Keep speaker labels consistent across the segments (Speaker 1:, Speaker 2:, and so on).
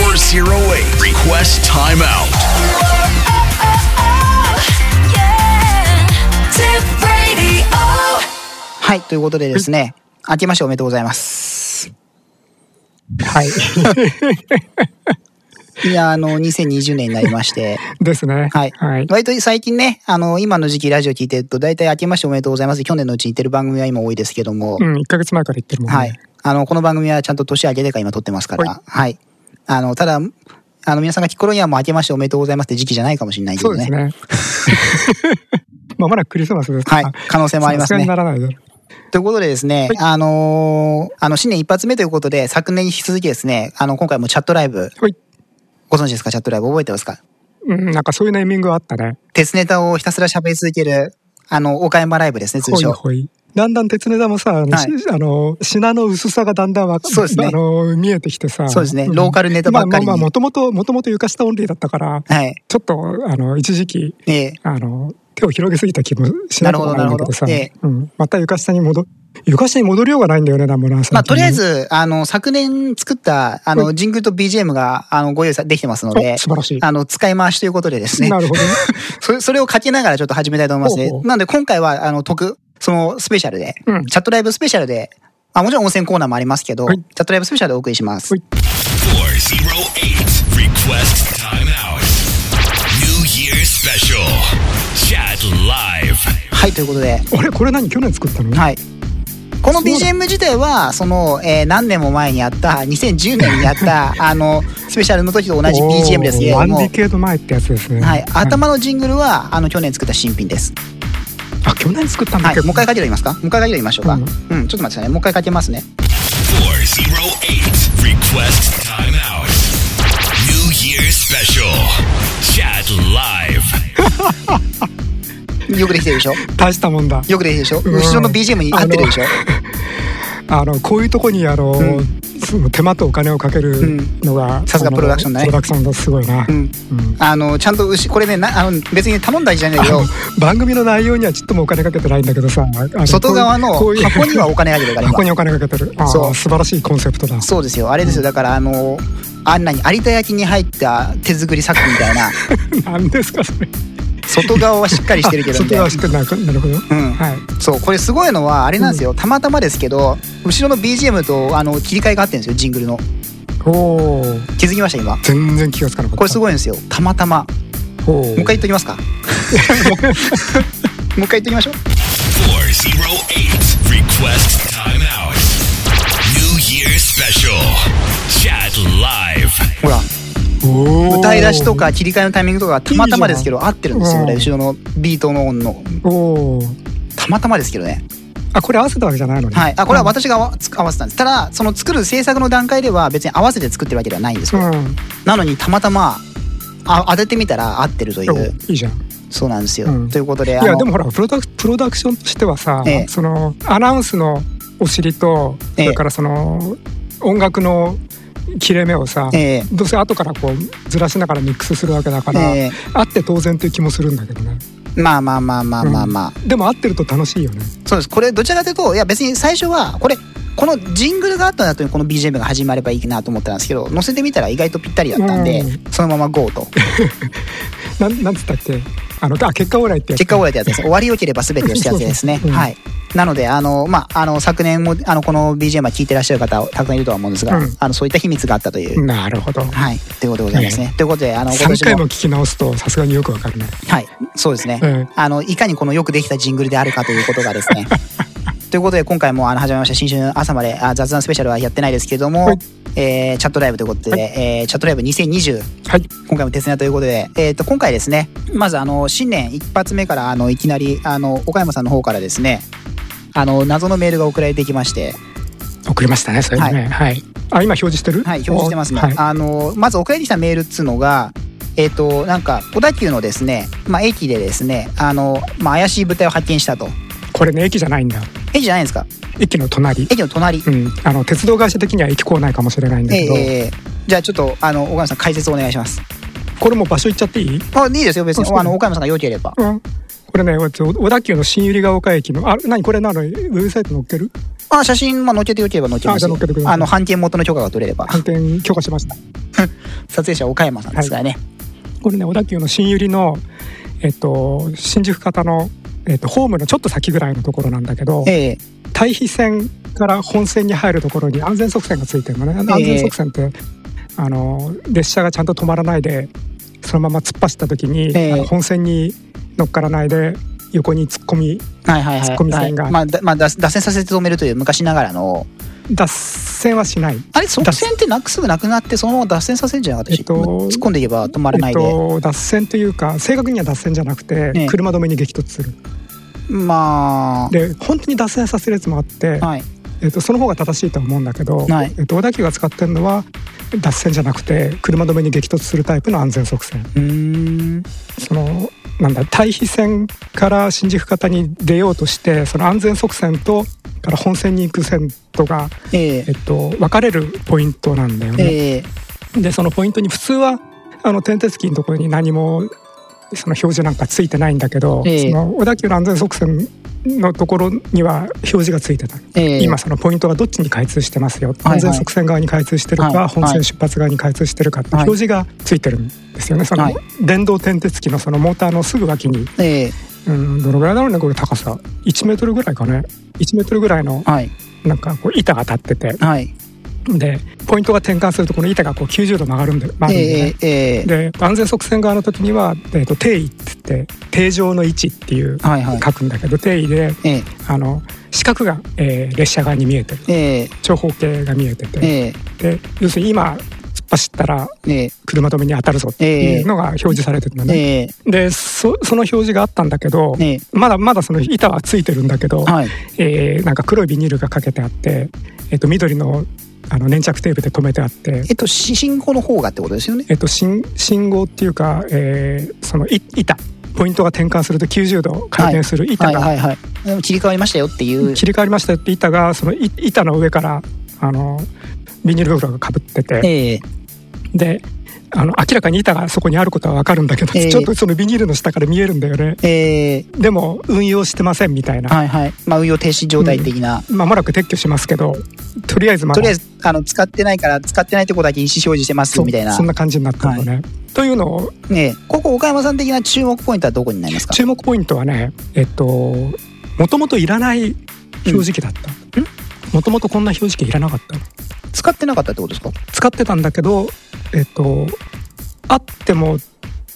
Speaker 1: 808. Request timeout.
Speaker 2: Oh, Tip Radio.
Speaker 3: はい、ということでですね、明けましておめでとうございます。
Speaker 4: はい。
Speaker 3: いや、あの、2020年になりまして、
Speaker 4: ですね。
Speaker 3: はい。
Speaker 4: はい。
Speaker 3: 割と最近ね、あの、今の時期ラジオ聞いてると、大体明けましておめでとうございます。去年のうちに言ってる番組は今多いですけども、
Speaker 4: うん、1ヶ月前から言ってるもんね。
Speaker 3: はい。あの、この番組はちゃんと年明けてから今撮ってますから、
Speaker 4: は
Speaker 3: はい。あの、ただ、あの、皆さんが聞く頃にはもう明けましておめでとうございますって時期じゃないかもしれないけ
Speaker 4: そ
Speaker 3: ど
Speaker 4: うで
Speaker 3: ね。
Speaker 4: すね。 まあ、まだクリスマスです
Speaker 3: はい
Speaker 4: から。
Speaker 3: 可能性もありますね
Speaker 4: さすがにならないだろう。
Speaker 3: ということでですね、
Speaker 4: はい
Speaker 3: あのーあの、新年一発目ということで、昨年に引き続きですね、あの、今回もチャットライブ、
Speaker 4: はい。
Speaker 3: ご存知ですかチャットライブ覚えてますか
Speaker 4: うん、なんかそういうネーミングはあったね。
Speaker 3: 鉄ネタをひたすら喋り続ける、あの、岡山ライブですね、通
Speaker 4: ほい
Speaker 3: 称。
Speaker 4: ほい。だんだん鉄ネタもさ、あ
Speaker 3: は
Speaker 4: の、
Speaker 3: い
Speaker 4: しあの品の薄さがだんだんわか
Speaker 3: そうですね
Speaker 4: あの、見えてきてさ。
Speaker 3: そうですね
Speaker 4: ん
Speaker 3: ローカルネタばっかりに
Speaker 4: まあまあまあ、もともと、もともと床下オンリーだったから、
Speaker 3: はい。
Speaker 4: ちょっと、あの、一時期、
Speaker 3: ええ
Speaker 4: あの、手を広げすぎた気もしなくもないんだけどさ、
Speaker 3: なるほ
Speaker 4: うん、また床下に戻、床下に戻りようがないんだよね、なんもな。
Speaker 3: まあ、とりあえ
Speaker 4: 最
Speaker 3: ず、あの、昨年作った、あ
Speaker 4: は
Speaker 3: の、ジングルと BGM が、あの、ご用意さできてますの
Speaker 4: 近ね、
Speaker 3: で
Speaker 4: お、素晴らしい。
Speaker 3: あの、使い回しということでですね
Speaker 4: な、るほどね。
Speaker 3: それ、それをかけながらちょっと始めたいと思いますね
Speaker 4: ほうほ。う
Speaker 3: なので、今回は、あの、特、その、スペシャルで、
Speaker 4: うん
Speaker 3: チャットライブスペシャルで、あ、もちろん温泉コーナーもありますけど、
Speaker 4: はい
Speaker 3: チャットライブスペシャルでお送りします。
Speaker 4: はい
Speaker 1: 408. Request timeout. New Year special. Chat live.
Speaker 3: はい、ということで、
Speaker 4: あれこれ何去年作ったの
Speaker 3: はい。この
Speaker 4: そうだ
Speaker 3: BGM 自体は、その、えー何年も前にやった、2010年にや った、あの、スペシャルの時と同じ BGM ですけれ
Speaker 4: ワ
Speaker 3: ど
Speaker 4: ンデ
Speaker 3: も
Speaker 4: ィ、ケード前ってやつですね。
Speaker 3: はい。頭のジングルは、あの、去年作った新品です。
Speaker 4: あ、去年作ったんだ
Speaker 3: はい
Speaker 4: け。ど。
Speaker 3: もう一回かけてみますかもう一回かけてみましょうか。
Speaker 4: う
Speaker 3: うんん、ちょっと待ってくださいね。もう一回かけますね。
Speaker 1: 408. Request timeout. New Year special. Chat live.
Speaker 3: よくできてるでしょ
Speaker 4: 大したもんだ。
Speaker 3: よくできてるでしょ
Speaker 4: うん
Speaker 3: 後ろの BGM に合ってる でしょ
Speaker 4: あの、こういうとこに、あの、その手間とお金をかけるのが、
Speaker 3: さすがプロダクションだね
Speaker 4: あのプロダクションだ、すごいな。
Speaker 3: うん。
Speaker 4: うん
Speaker 3: あの、ちゃんと牛、これね、なあの別に頼んだわけじゃないんだけど、
Speaker 4: 番組の内容にはちょっともお金かけてないんだけどさあの
Speaker 3: 外側の
Speaker 4: こういう
Speaker 3: 箱にはお金あげてるから、
Speaker 4: 箱
Speaker 3: 今。
Speaker 4: にお金かけてるあ
Speaker 3: そ
Speaker 4: あ
Speaker 3: う
Speaker 4: 素晴らしいコンセプトだ
Speaker 3: そうですよ。あれですよ。だから、あの、あんなに有田焼に入った手作り作品みたいな、
Speaker 4: 何ですかそれ
Speaker 3: 外側はしっかりしてるけ どみ
Speaker 4: 外
Speaker 3: たいな
Speaker 4: 側は。しっかりななるほど、
Speaker 3: ん
Speaker 4: はい
Speaker 3: そう、これすごいのは、あれなんですよ。たまたまですけど、後ろの BGM と、あの、切り替えがあってるんですよ、ジングルの。
Speaker 4: おお
Speaker 3: 気づきました、今。
Speaker 4: 全然気がつかなかった
Speaker 3: これすごいんですよ。たまたま。
Speaker 4: おお
Speaker 3: も
Speaker 4: も
Speaker 3: う一回言っとき ますか。もう一回言っときましょう。
Speaker 1: 408. Request timeout. New Year special. Chat live.
Speaker 3: ほら、
Speaker 4: おー
Speaker 3: 歌い出しとか切り替えのタイミングとかがたまたまですけど合ってるんですよ、
Speaker 4: うん
Speaker 3: これ後ろのビートの音の。
Speaker 4: おお
Speaker 3: たまたまですけどね。
Speaker 4: あこれ合わせたわけじゃないのね
Speaker 3: はい。あ、これは私が合わつ合わせたんです。ただ、その作る制作の段階では別に合わせて作ってるわけではないんです
Speaker 4: う
Speaker 3: よ。
Speaker 4: ん
Speaker 3: なのにたまたま、あ当ててみたら合ってるとい
Speaker 4: お
Speaker 3: う、
Speaker 4: ーいいじゃん
Speaker 3: そうなんですよ。
Speaker 4: うん
Speaker 3: ということで、あ
Speaker 4: いや
Speaker 3: の
Speaker 4: でもほらプロダクプロダクションとしてはさ、
Speaker 3: ええ
Speaker 4: そのアナウンスのお尻と、
Speaker 3: ええ
Speaker 4: それからその音楽の切れ目をさ、
Speaker 3: ええ
Speaker 4: どうせ後からこうずらしながらミックスするわけだから、
Speaker 3: え
Speaker 4: あって当然という気もするんだけどね
Speaker 3: えまあまあまあまあまあまあ。
Speaker 4: でも合ってると楽しいよね
Speaker 3: そうです。これ、どちらかというと、いや別に最初は、これ、このジングルがあった後にこの BGM が始まればいいなと思ったんですけど、載せてみたら意外とぴったりだったんで
Speaker 4: う、
Speaker 3: そのまま GO と。
Speaker 4: なんなんつったっけあのあ結果オーライってやつ
Speaker 3: 結果を終えたやつです。終わり良ければ全てをしたやつですね。
Speaker 4: そうそううん
Speaker 3: はい。なので、あの、まあ、あの、昨年も、あの、この BGM は聞いてらっしゃる方、たくさんいるとは思うんですが、
Speaker 4: うん
Speaker 3: あの、そういった秘密があったという。
Speaker 4: なるほど
Speaker 3: はい。ということでございますね。ということで、あの、今
Speaker 4: 3
Speaker 3: 年
Speaker 4: 回も
Speaker 3: も。
Speaker 4: 聞き直すとさすがによくわかるね
Speaker 3: はい。そうですね。
Speaker 4: うん
Speaker 3: あの、いかにこのよくできたジングルであるかということがです ね。ということで、今回もあの始めました新春朝まであ雑談スペシャルはやってないですけれども、
Speaker 4: はい
Speaker 3: えーチャットライブということで、
Speaker 4: はい
Speaker 3: えーチャットライブ2020、
Speaker 4: はい
Speaker 3: 今回も鉄なということで、えー、と今回ですねまずあの新年一発目からあのいきなりあの岡山さんの方からですねあの謎のメールが送られてきまして、
Speaker 4: 送りましたねそれもねはい、あ今表示してる
Speaker 3: はい、表示してますね、
Speaker 4: はい
Speaker 3: あのまず送られてきたメールっつうのがえっ、となんか小田急のですね、まあ、駅でですねあの、まあ、怪しい物体を発見したと
Speaker 4: これね駅じゃないんだ
Speaker 3: 駅じゃないですか
Speaker 4: 駅の隣
Speaker 3: 駅の隣、
Speaker 4: うん、あの鉄道会社的には駅構内かもしれないんだ
Speaker 3: え
Speaker 4: けど、
Speaker 3: えええじゃあちょっとあの岡山さん解説お願いします
Speaker 4: これもう場所行っちゃっていい、
Speaker 3: あいいですよ別
Speaker 4: あそう
Speaker 3: にあの岡山さんが良ければ
Speaker 4: うん、これねお小田急の新百合ヶ丘駅のあ何これなのウェブサイト載っける
Speaker 3: あ写真、まあ、載っけて良ければ載っけます
Speaker 4: あじゃあ載っけてください
Speaker 3: あの半径元の許可が取れれば
Speaker 4: 反転許可しました
Speaker 3: 撮影者岡山さんですからね。
Speaker 4: これね小田急の新百合の、えっと、新宿方の、えっと、ホームのちょっと先ぐらいのところなんだけど
Speaker 3: ええ
Speaker 4: 対比線から本線に入るところに安全側線がついてるのね安全側線って、あの列車がちゃんと止まらないでそのまま突っ走った時に、
Speaker 3: ええ
Speaker 4: あの本線に乗っからないで横に突っ込み
Speaker 3: はいはいはい。
Speaker 4: ツッコミ線が
Speaker 3: はいまあ、だまあ、脱脱線させて止めるという昔ながらの。
Speaker 4: 脱線はしない。
Speaker 3: あれ、側線ってなくすぐなくなって、そのまま脱線させるんじゃなかったでしょ、
Speaker 4: えっと
Speaker 3: 突っ込んでいけば止まらないで。
Speaker 4: えっと、脱線というか正確には脱線じゃなくて、
Speaker 3: ええ
Speaker 4: 車止めに激突する
Speaker 3: まあ。
Speaker 4: で本当に脱線させるやつもあって、
Speaker 3: はい。
Speaker 4: えっと、その方が正しいとは思うんだけど、
Speaker 3: はい
Speaker 4: えっと、小田急が使ってるのは脱線じゃなくて車止めに激突するタイプの安全側線
Speaker 3: うーん。
Speaker 4: そのなんだ対比線から新宿方に出ようとしてその安全側線とから本線に行く線とが、
Speaker 3: ええ
Speaker 4: えっと、分かれるポイントなんだよね。
Speaker 3: ええ
Speaker 4: でそのポイントに普通はあの点滴機のところに何もその表示なんかついてないんだけど、
Speaker 3: ええ
Speaker 4: その小田急の安全側線のところには表示がついてた、
Speaker 3: ええ
Speaker 4: 今そのポイントがどっちに開通してますよ、
Speaker 3: はい
Speaker 4: 安全側線側に開通してるか、
Speaker 3: はい
Speaker 4: 本
Speaker 3: はい
Speaker 4: 線出発側に開通してるかって
Speaker 3: はい
Speaker 4: 表示がついてるんですよね、そ
Speaker 3: は
Speaker 4: の
Speaker 3: い
Speaker 4: 電動点滴機のそのモーターのすぐ脇に、
Speaker 3: ええ
Speaker 4: うん、どのぐらいだろうねこれ高さ1メートルぐらいかね1メートルぐらいの
Speaker 3: はい。
Speaker 4: なんかこう板が立ってて
Speaker 3: はい。
Speaker 4: でポイントが転換するとこの板がこう90度曲がるんで曲がるんで、ね
Speaker 3: ええええ
Speaker 4: で安全側線側の時には、えー、と定位って言って定常の位置っていう
Speaker 3: はいはい
Speaker 4: 書くんだけど、定位で
Speaker 3: ええ
Speaker 4: あの四角が、えー列車側に見えてる
Speaker 3: ええ
Speaker 4: 長方形が見えてて、
Speaker 3: え
Speaker 4: で要するに今突っ走ったら
Speaker 3: ええ
Speaker 4: 車止めに当たるぞっていうのが表示されてるの
Speaker 3: え
Speaker 4: ね、
Speaker 3: え
Speaker 4: でそその表示があったんだけど、
Speaker 3: ええ
Speaker 4: まだまだその板はついてるんだけど、
Speaker 3: はい。
Speaker 4: えーなんか黒いビニールがかけてあって、えー、と緑のあの粘着テープで止めてあって
Speaker 3: えっと、し信号の方がってことですよね。
Speaker 4: えっと、信信号っていうか、えーそのい板ポイントが転換すると90度回転する板
Speaker 3: はい
Speaker 4: が、
Speaker 3: はいはい。でも切り替わりましたよっていう。
Speaker 4: 切り替わりましたよって板がそのい板の上からあのビニール袋がかぶってて
Speaker 3: ええ
Speaker 4: であの明らかに板がそこにあることはわかるんだけど、
Speaker 3: ええ
Speaker 4: ちょっとそのビニールの下から見えるんだよね
Speaker 3: ええ
Speaker 4: でも運用してませんみたいな、
Speaker 3: はいはい。まあ、運用停止状態的な。
Speaker 4: まもなく撤去しますけどとりあえずまあ
Speaker 3: とりあえず、あの、使ってないから、使ってないとこだけ意思表示してます
Speaker 4: そ
Speaker 3: よみたいな
Speaker 4: そん。な感じになってるのね。というのを
Speaker 3: ええここ、岡山さん的な注目ポイントはどこになりますか
Speaker 4: 注目ポイントはねえっともともといらない表示器だったもともとこんな表示器いらなかったの
Speaker 3: 使ってなかったってことですか
Speaker 4: 使ってたんだけどえっとあっても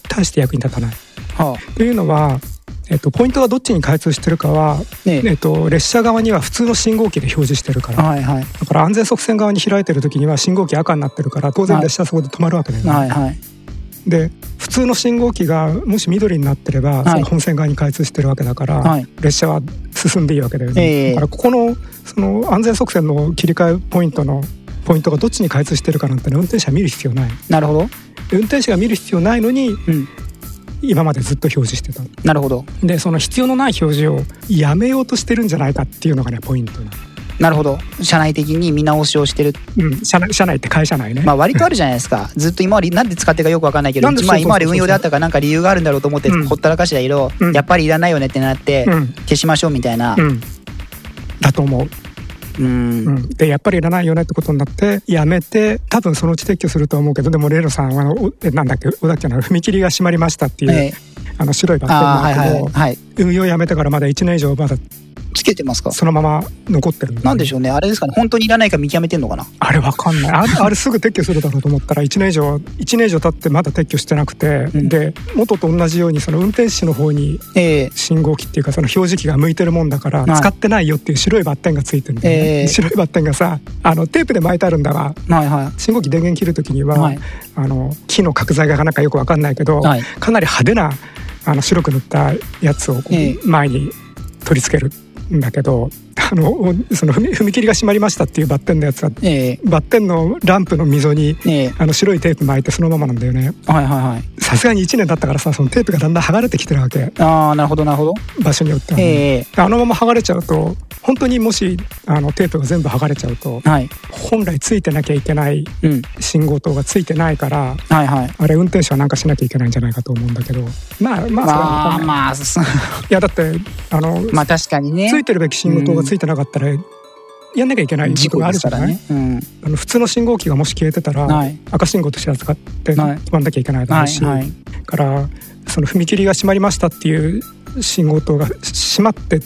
Speaker 4: 大して役に立たない
Speaker 3: は
Speaker 4: というのは、えっと、ポイントがどっちに開通してるかは、
Speaker 3: あ。ねえ
Speaker 4: えっと、列車側には普通の信号機で表示してるから
Speaker 3: はいはい。
Speaker 4: だから安全側線側に開いてる時には信号機赤になってるから当然
Speaker 3: はい
Speaker 4: 列車はそこで止まるわけだよね、
Speaker 3: はいはい。
Speaker 4: で普通の信号機がもし緑になってれ
Speaker 3: は
Speaker 4: ば、
Speaker 3: い
Speaker 4: その本線側に開通してるわけだから、
Speaker 3: はい
Speaker 4: 列車は進んでいいわけだよね、
Speaker 3: ええ
Speaker 4: だからここのその安全側線の切り替えポイントのポイントがどっちに開通してるかなんてね運転手は見る必要ない
Speaker 3: なるほど。
Speaker 4: 運転手が見る必要ないのに
Speaker 3: うん。
Speaker 4: 今までずっと表示してた
Speaker 3: なるほど。
Speaker 4: でその必要のない表示をやめようとしてるんじゃないかっていうのがねポイントな
Speaker 3: なるほど。社内的に見直しをしてる。
Speaker 4: の、うん、社内社内って会社内ね、
Speaker 3: まあ割とあるじゃないですか。ずっと今まで、なんで使ってるかよくわかんないけど、
Speaker 4: なんで
Speaker 3: まあ今まで
Speaker 4: そうそうそうそ
Speaker 3: 運
Speaker 4: う
Speaker 3: 用であったからなんか理由があるんだろうと思って、
Speaker 4: うん
Speaker 3: ほったらかしだけど、
Speaker 4: うん
Speaker 3: やっぱりいらないよねってなって、
Speaker 4: うん
Speaker 3: 消しましょうみたいな。
Speaker 4: うん、だと思う
Speaker 3: うん。
Speaker 4: うん、でやっぱりいらないよねってことになってやめて多分そのうち撤去すると思うけどでもレイロさんはあのおえなんだっけ小田急の踏切が閉まりましたっていう、
Speaker 3: ええ
Speaker 4: あの白いバッテ
Speaker 3: ああ、はい
Speaker 4: リ
Speaker 3: は
Speaker 4: ーだけ
Speaker 3: い
Speaker 4: ど、
Speaker 3: はい。
Speaker 4: 運用やめてからまだ1年以上まだ
Speaker 3: つけてますか
Speaker 4: そのまま残ってるだ
Speaker 3: なんでしょうね。あれですかね。本当にいらないか見極めてんのかな。
Speaker 4: あれわかんないあ あれすぐ撤去するだろうと思ったら1年以上1年以上経ってまだ撤去してなくて、
Speaker 3: うん
Speaker 4: で元と同じようにその運転手の方に
Speaker 3: ええ
Speaker 4: 信号機っていうかその表示器が向いてるもんだから、
Speaker 3: はい
Speaker 4: 使ってないよっていう白いバッテンがついてるんだよね
Speaker 3: ええ
Speaker 4: 白いバッテンがさあのテープで巻いてあるんだわ
Speaker 3: はいは
Speaker 4: 信号機電源切るときには、
Speaker 3: はい
Speaker 4: あの木の角材がなんかよくわかんないけど、
Speaker 3: はい
Speaker 4: かなり派手なあの白く塗ったやつをこう
Speaker 3: ええ
Speaker 4: 前に取り付けるんだけど、あのその踏み踏切が閉まりましたっていうバッテンのやつはバ
Speaker 3: い。ええ
Speaker 4: ッテンのランプの溝に
Speaker 3: ええ
Speaker 4: あの白いテープ巻いてそのままなんだよね
Speaker 3: はいはいはい。
Speaker 4: さすがに1年経ったからさそのテープがだんだん剥がれてきてるわけ
Speaker 3: ああ、なるほどなるほど。
Speaker 4: 場所によってはね、
Speaker 3: ええ
Speaker 4: あのまま剥がれちゃうと本当にもしあのテープが全部剥がれちゃうと
Speaker 3: はい。
Speaker 4: 本来ついてなきゃいけない
Speaker 3: うん。
Speaker 4: 信号灯がついてないから
Speaker 3: はいはい。
Speaker 4: あれ運転手はなんかしなきゃいけないんじゃないかと思うんだけどまあまあそれはわ
Speaker 3: ま
Speaker 4: か
Speaker 3: あ
Speaker 4: んない
Speaker 3: まあ、そ
Speaker 4: いやだってあの、
Speaker 3: まあ確かにね
Speaker 4: つ。いてるべき信号灯がついてなかったら、やんなきゃいけない
Speaker 3: 事
Speaker 4: こと
Speaker 3: 故
Speaker 4: があ
Speaker 3: で
Speaker 4: る
Speaker 3: す
Speaker 4: じゃ
Speaker 3: か
Speaker 4: な
Speaker 3: ら
Speaker 4: い、
Speaker 3: ね。うん。
Speaker 4: あの普通の信号機がもし消えてたら、
Speaker 3: はい
Speaker 4: 赤信号として扱って止
Speaker 3: はい
Speaker 4: まんなきゃいけないだろ
Speaker 3: は
Speaker 4: う
Speaker 3: い
Speaker 4: し、
Speaker 3: はい。
Speaker 4: からその踏切が閉まりましたっていう信号灯が閉まって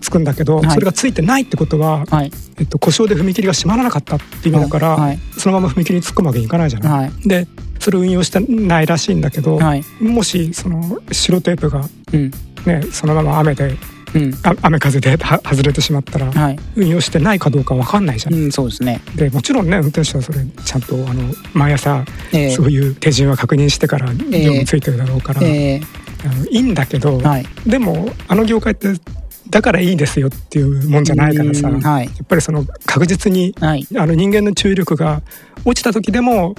Speaker 4: つくんだけど、
Speaker 3: はい
Speaker 4: それがついてないってことは、
Speaker 3: はい。
Speaker 4: えっと、故障で踏切が閉まらなかったって意味だから、
Speaker 3: はい。
Speaker 4: そのまま踏切に突っ込むわけにいかないじゃない。
Speaker 3: はい。
Speaker 4: でそれを運用してないらしいんだけど、
Speaker 3: はい。
Speaker 4: もしその白テープが、
Speaker 3: うん。
Speaker 4: ね、そのまま雨で
Speaker 3: うん。
Speaker 4: あ雨風では外れてしまったら
Speaker 3: はい。
Speaker 4: 運用してないかどうかわかんないじゃん
Speaker 3: う。ん、そうですね。
Speaker 4: でもちろんね運転手はそれちゃんとあの毎朝
Speaker 3: え
Speaker 4: そ
Speaker 3: ー
Speaker 4: ういう手順は確認してから業務ついてるだろうから、
Speaker 3: え
Speaker 4: あのいいんだけど、
Speaker 3: ーはい。
Speaker 4: でもあの業界ってだからいいですよっていうもんじゃないからさ、
Speaker 3: うん
Speaker 4: や
Speaker 3: はい。
Speaker 4: っぱりその確実に
Speaker 3: はい。
Speaker 4: あの人間の注意力が落ちた時でも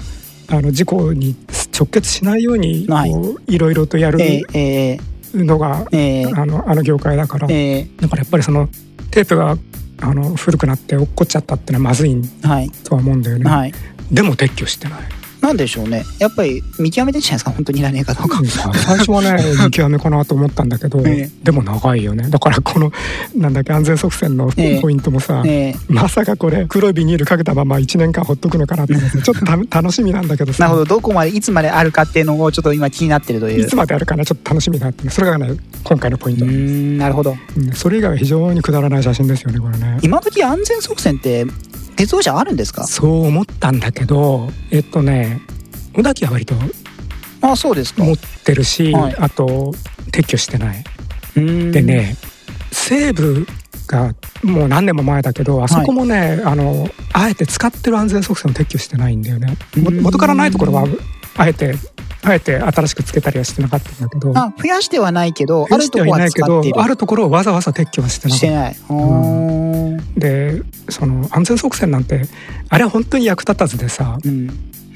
Speaker 4: あの事故に直結しないように
Speaker 3: はい
Speaker 4: こういろいろとやる
Speaker 3: えーえ
Speaker 4: のが、
Speaker 3: ーえー
Speaker 4: あのあの業界だから、
Speaker 3: え
Speaker 4: だからやっぱりそのテープがあの古くなって落っこっちゃったってのはまずい
Speaker 3: ーはい。
Speaker 4: とは思うんだよね。
Speaker 3: はい。
Speaker 4: でも撤去してない。
Speaker 3: なんでしょうね。やっぱり見極めてんじゃないですか、本当にいらねえかどうか。
Speaker 4: 最初はね 見極めかなと思ったんだけど、
Speaker 3: ええ
Speaker 4: でも長いよねだからこのなんだっけ安全側線の
Speaker 3: ええ
Speaker 4: ポイントもさ、
Speaker 3: えー
Speaker 4: まさかこれ黒いビニールかけたまま1年間ほっとくのかなって思ってちょっと た楽しみなんだけど
Speaker 3: な
Speaker 4: さ
Speaker 3: るほど、どこまで、いつまであるかっていうのをちょっと今気になってるとい。
Speaker 4: いうつまであるかなちょっと楽しみだってそれがね今回のポイン
Speaker 3: う
Speaker 4: ト、
Speaker 3: ーん、なるほど。
Speaker 4: うんそれ以外は非常にくだらない写真ですよねこれね
Speaker 3: 今時安全側線って、鉄道車あるんですか
Speaker 4: そう思ったんだけどえっとね小崎は割と
Speaker 3: あ、そうですか。
Speaker 4: 持ってるし、
Speaker 3: はい
Speaker 4: あと撤去してないで
Speaker 3: で。
Speaker 4: ね西武がもう何年も前だけどあそこもね、あのあえて使ってる安全側線を撤去してないんだよねも
Speaker 3: うん
Speaker 4: 元からないところはあえてあえて新しくつけたりはしてなかったんだけど
Speaker 3: あ、増やしてはないけど、あ
Speaker 4: 増や
Speaker 3: る
Speaker 4: し
Speaker 3: と
Speaker 4: ては
Speaker 3: こ
Speaker 4: い
Speaker 3: は
Speaker 4: ないけ
Speaker 3: 使
Speaker 4: ど
Speaker 3: っている。
Speaker 4: あるところをわざわざ撤去はしてな
Speaker 3: し
Speaker 4: か
Speaker 3: て
Speaker 4: っ
Speaker 3: ない。う
Speaker 4: う
Speaker 3: ーん
Speaker 4: たでその安全側線なんてあれは本当に役立たずでさ
Speaker 3: うん。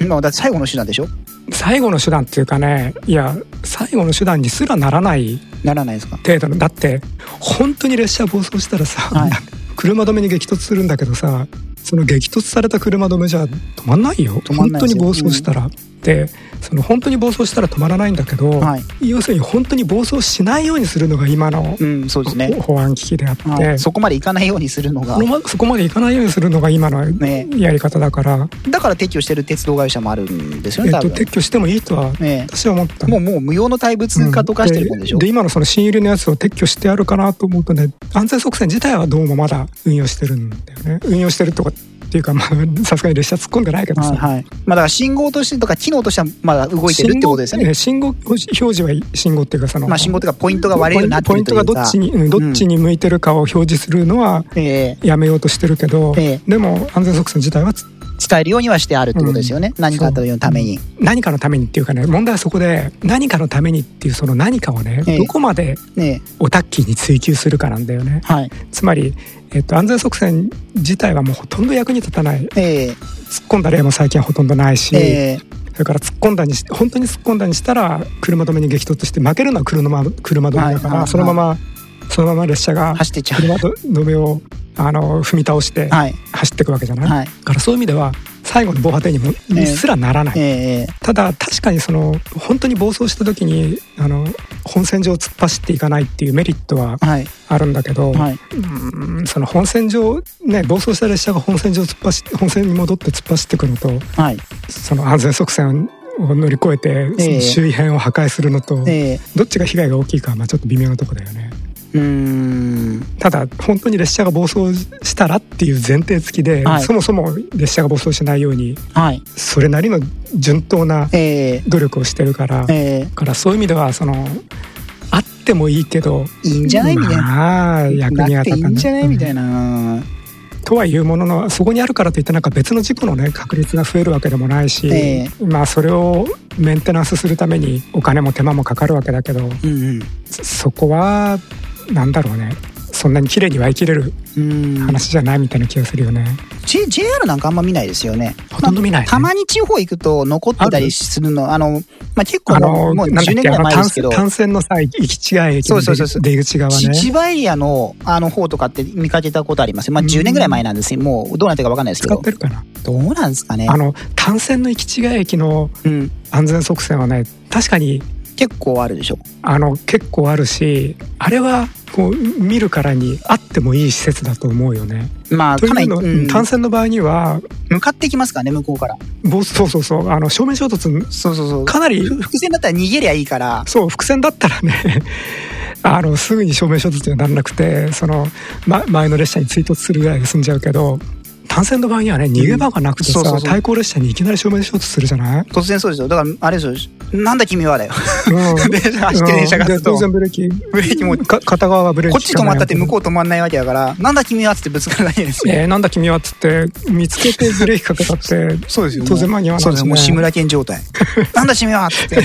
Speaker 3: まあ、だって最後の手段でしょ
Speaker 4: 最後の手段っていうかねいや最後の手段にすらならない
Speaker 3: ならないですか。
Speaker 4: 程度のだって本当に列車暴走したらさ、
Speaker 3: はい
Speaker 4: 車止めに激突するんだけどさその激突された車止めじゃ止まんないよ
Speaker 3: 止まんない
Speaker 4: 本当
Speaker 3: です
Speaker 4: に
Speaker 3: よ
Speaker 4: 暴走したら、でその本当に暴走したら止まらないんだけど、
Speaker 3: はい。
Speaker 4: 要するに本当に暴走しないようにするのが今の
Speaker 3: うん、そうですね。
Speaker 4: 保安機器であって、
Speaker 3: はいそこまでいかないようにするのが
Speaker 4: その。まそこまでいかないようにするのが今の
Speaker 3: ね
Speaker 4: やり方だから、
Speaker 3: だから撤去してる鉄道会社もあるんですよ
Speaker 4: えっ
Speaker 3: ね、多
Speaker 4: と、
Speaker 3: 分
Speaker 4: 撤。去してもいいとは
Speaker 3: ね
Speaker 4: 私は思った
Speaker 3: もう、もう無用の対物化とかしてるもんでしょ
Speaker 4: で今のその新入りのやつを撤去してやるかなと思うとね安全側線自体はどうもまだ運用してるんだよね運用してるとかっていうかまあさすがに列車突っ込んでないけど
Speaker 3: はい
Speaker 4: さ、
Speaker 3: はい。まあだから信号としてとか機能としてはまだ動いてるってことですよね。
Speaker 4: 信号え信号表示は信号っていうかその、
Speaker 3: まあ信号というかポイントが割れるようになって
Speaker 4: ポイ
Speaker 3: る
Speaker 4: ン
Speaker 3: とい
Speaker 4: トが
Speaker 3: う
Speaker 4: ど
Speaker 3: か
Speaker 4: っち。に、うんどっちに向いてるかを表示するのは
Speaker 3: ええ
Speaker 4: やめようとしてるけど、
Speaker 3: え
Speaker 4: でも安全側線自体はつ
Speaker 3: 伝えるようにはしてあるってことですよね。何かあった時のために。
Speaker 4: 何かのためにっていうかね問題はそこで何かのためにっていうその何かをね、
Speaker 3: ええ
Speaker 4: どこまで
Speaker 3: ね
Speaker 4: オタッキーに追求するかなんだよね。
Speaker 3: はい。
Speaker 4: つまり、えっと、安全側線自体はもうほとんど役に立たない
Speaker 3: ええ
Speaker 4: 突っ込んだ例も最近はほとんどないし、
Speaker 3: ええ
Speaker 4: それから突っ込んだにし本当に突っ込んだにしたら車止めに激突して負けるのは車ま車止めだ
Speaker 3: はいは
Speaker 4: か
Speaker 3: いは
Speaker 4: ら
Speaker 3: い
Speaker 4: そのままそのまま列車が
Speaker 3: 走ってっちゃう。
Speaker 4: 車止めをあの踏み倒して
Speaker 3: はい。
Speaker 4: 走っていくわけじゃない、
Speaker 3: はい。
Speaker 4: だからそういう意味では最後の防波堤にも
Speaker 3: ええ
Speaker 4: にすらならない、
Speaker 3: ええ
Speaker 4: ただ確かにその本当に暴走した時にあの本線上突っ走っていかないっていうメリットは
Speaker 3: はい。
Speaker 4: あるんだけど、
Speaker 3: はい。
Speaker 4: うーんその本線上ね暴走した列車が本線上突っ走って本線に戻って突っ走ってくのと
Speaker 3: はい。
Speaker 4: その安全側線を乗り越えてそ
Speaker 3: ええ
Speaker 4: の周囲辺を破壊するのと、
Speaker 3: ええ
Speaker 4: どっちが被害が大きいかはまあちょっと微妙なとこだよね
Speaker 3: うーん。
Speaker 4: ただ本当に列車が暴走したらっていう前提付きで、
Speaker 3: はい
Speaker 4: そもそも列車が暴走しないように
Speaker 3: はい。
Speaker 4: それなりの順当な
Speaker 3: ええ
Speaker 4: 努力をしてるから、
Speaker 3: ええ
Speaker 4: だからそういう意味ではそのあってもいいけど
Speaker 3: いいんじゃないみたいな。
Speaker 4: まあ役に
Speaker 3: な
Speaker 4: は
Speaker 3: くてい
Speaker 4: 立
Speaker 3: い
Speaker 4: た
Speaker 3: んじゃないみた
Speaker 4: ない
Speaker 3: な。
Speaker 4: とはいうもののそこにあるからといってなんか別の事故のね確率が増えるわけでもないし、
Speaker 3: え
Speaker 4: まあそれをメンテナンスするためにお金も手間もかかるわけだけど
Speaker 3: うんうん。う
Speaker 4: そそこはなんだろうねそんなに綺麗には生きれる
Speaker 3: ーん。
Speaker 4: 話じゃないみたいな気がするよね。
Speaker 3: J- JR なんかあんま見ないですよね。
Speaker 4: ほとんど見ないね、
Speaker 3: たまに地方行くと残ってたりするの、あの、まあ、結構
Speaker 4: あ
Speaker 3: も
Speaker 4: の
Speaker 3: うもう
Speaker 4: なん
Speaker 3: 10
Speaker 4: だ
Speaker 3: 年
Speaker 4: っ
Speaker 3: ぐ
Speaker 4: け
Speaker 3: ら
Speaker 4: あ
Speaker 3: い
Speaker 4: の
Speaker 3: 前で
Speaker 4: 単
Speaker 3: すけど、
Speaker 4: 単線のさ行き違い駅
Speaker 3: そ
Speaker 4: の
Speaker 3: うそうそう
Speaker 4: 出
Speaker 3: そう
Speaker 4: 出口側
Speaker 3: ち
Speaker 4: ね。
Speaker 3: 千葉エリアのあの方とかって見かけたことありますよまあ、
Speaker 4: うん
Speaker 3: 10年ぐらい前なんですよ。もうどうなってるかわかんないですけ
Speaker 4: 使っ
Speaker 3: ど。
Speaker 4: てるかな、
Speaker 3: どうなんですかね
Speaker 4: あ。の単線の行き違い駅の
Speaker 3: うん。
Speaker 4: 安全側線はね確かに
Speaker 3: 結構あるでしょ。
Speaker 4: あの結構あるしあれはこう見るからにあってもいい施設だと思うよね。
Speaker 3: まあ、
Speaker 4: とい
Speaker 3: かな
Speaker 4: う
Speaker 3: り、
Speaker 4: のは
Speaker 3: うん
Speaker 4: 単線の場合には
Speaker 3: 向かってきますからね、向こうから。
Speaker 4: ボスそうそうそうあの正面衝突
Speaker 3: そうそうそう。
Speaker 4: かなり
Speaker 3: 伏線だったら逃げりゃいいから、
Speaker 4: そう伏線だったらね あのすぐに正面衝突にはならなくてその、ま、前の列車に追突するぐらいで済んじゃうけど単線の場合にはね逃げ場がなくてさ、
Speaker 3: そうそうそう
Speaker 4: 対向列車にいきなり正面衝突するじゃ ない、
Speaker 3: 突然そうですよ。だから、あれですよ。なんだ君はだよ。
Speaker 4: う ん、
Speaker 3: 電車走って電車が
Speaker 4: うんで
Speaker 3: ずっと
Speaker 4: 当然ブレーキ
Speaker 3: ブレーキも、こ
Speaker 4: か片側はブレーキ
Speaker 3: っち止まったって向こう止まんないわけだから、なんだ君はっつってぶつからないです
Speaker 4: う
Speaker 3: よ。
Speaker 4: えーなんだ君はっつって見つけてブレーキかけたって
Speaker 3: そうですよ。
Speaker 4: 当然間に合わないしね
Speaker 3: そうですよ。もう志村けん状 態。なんだ志村はっつって。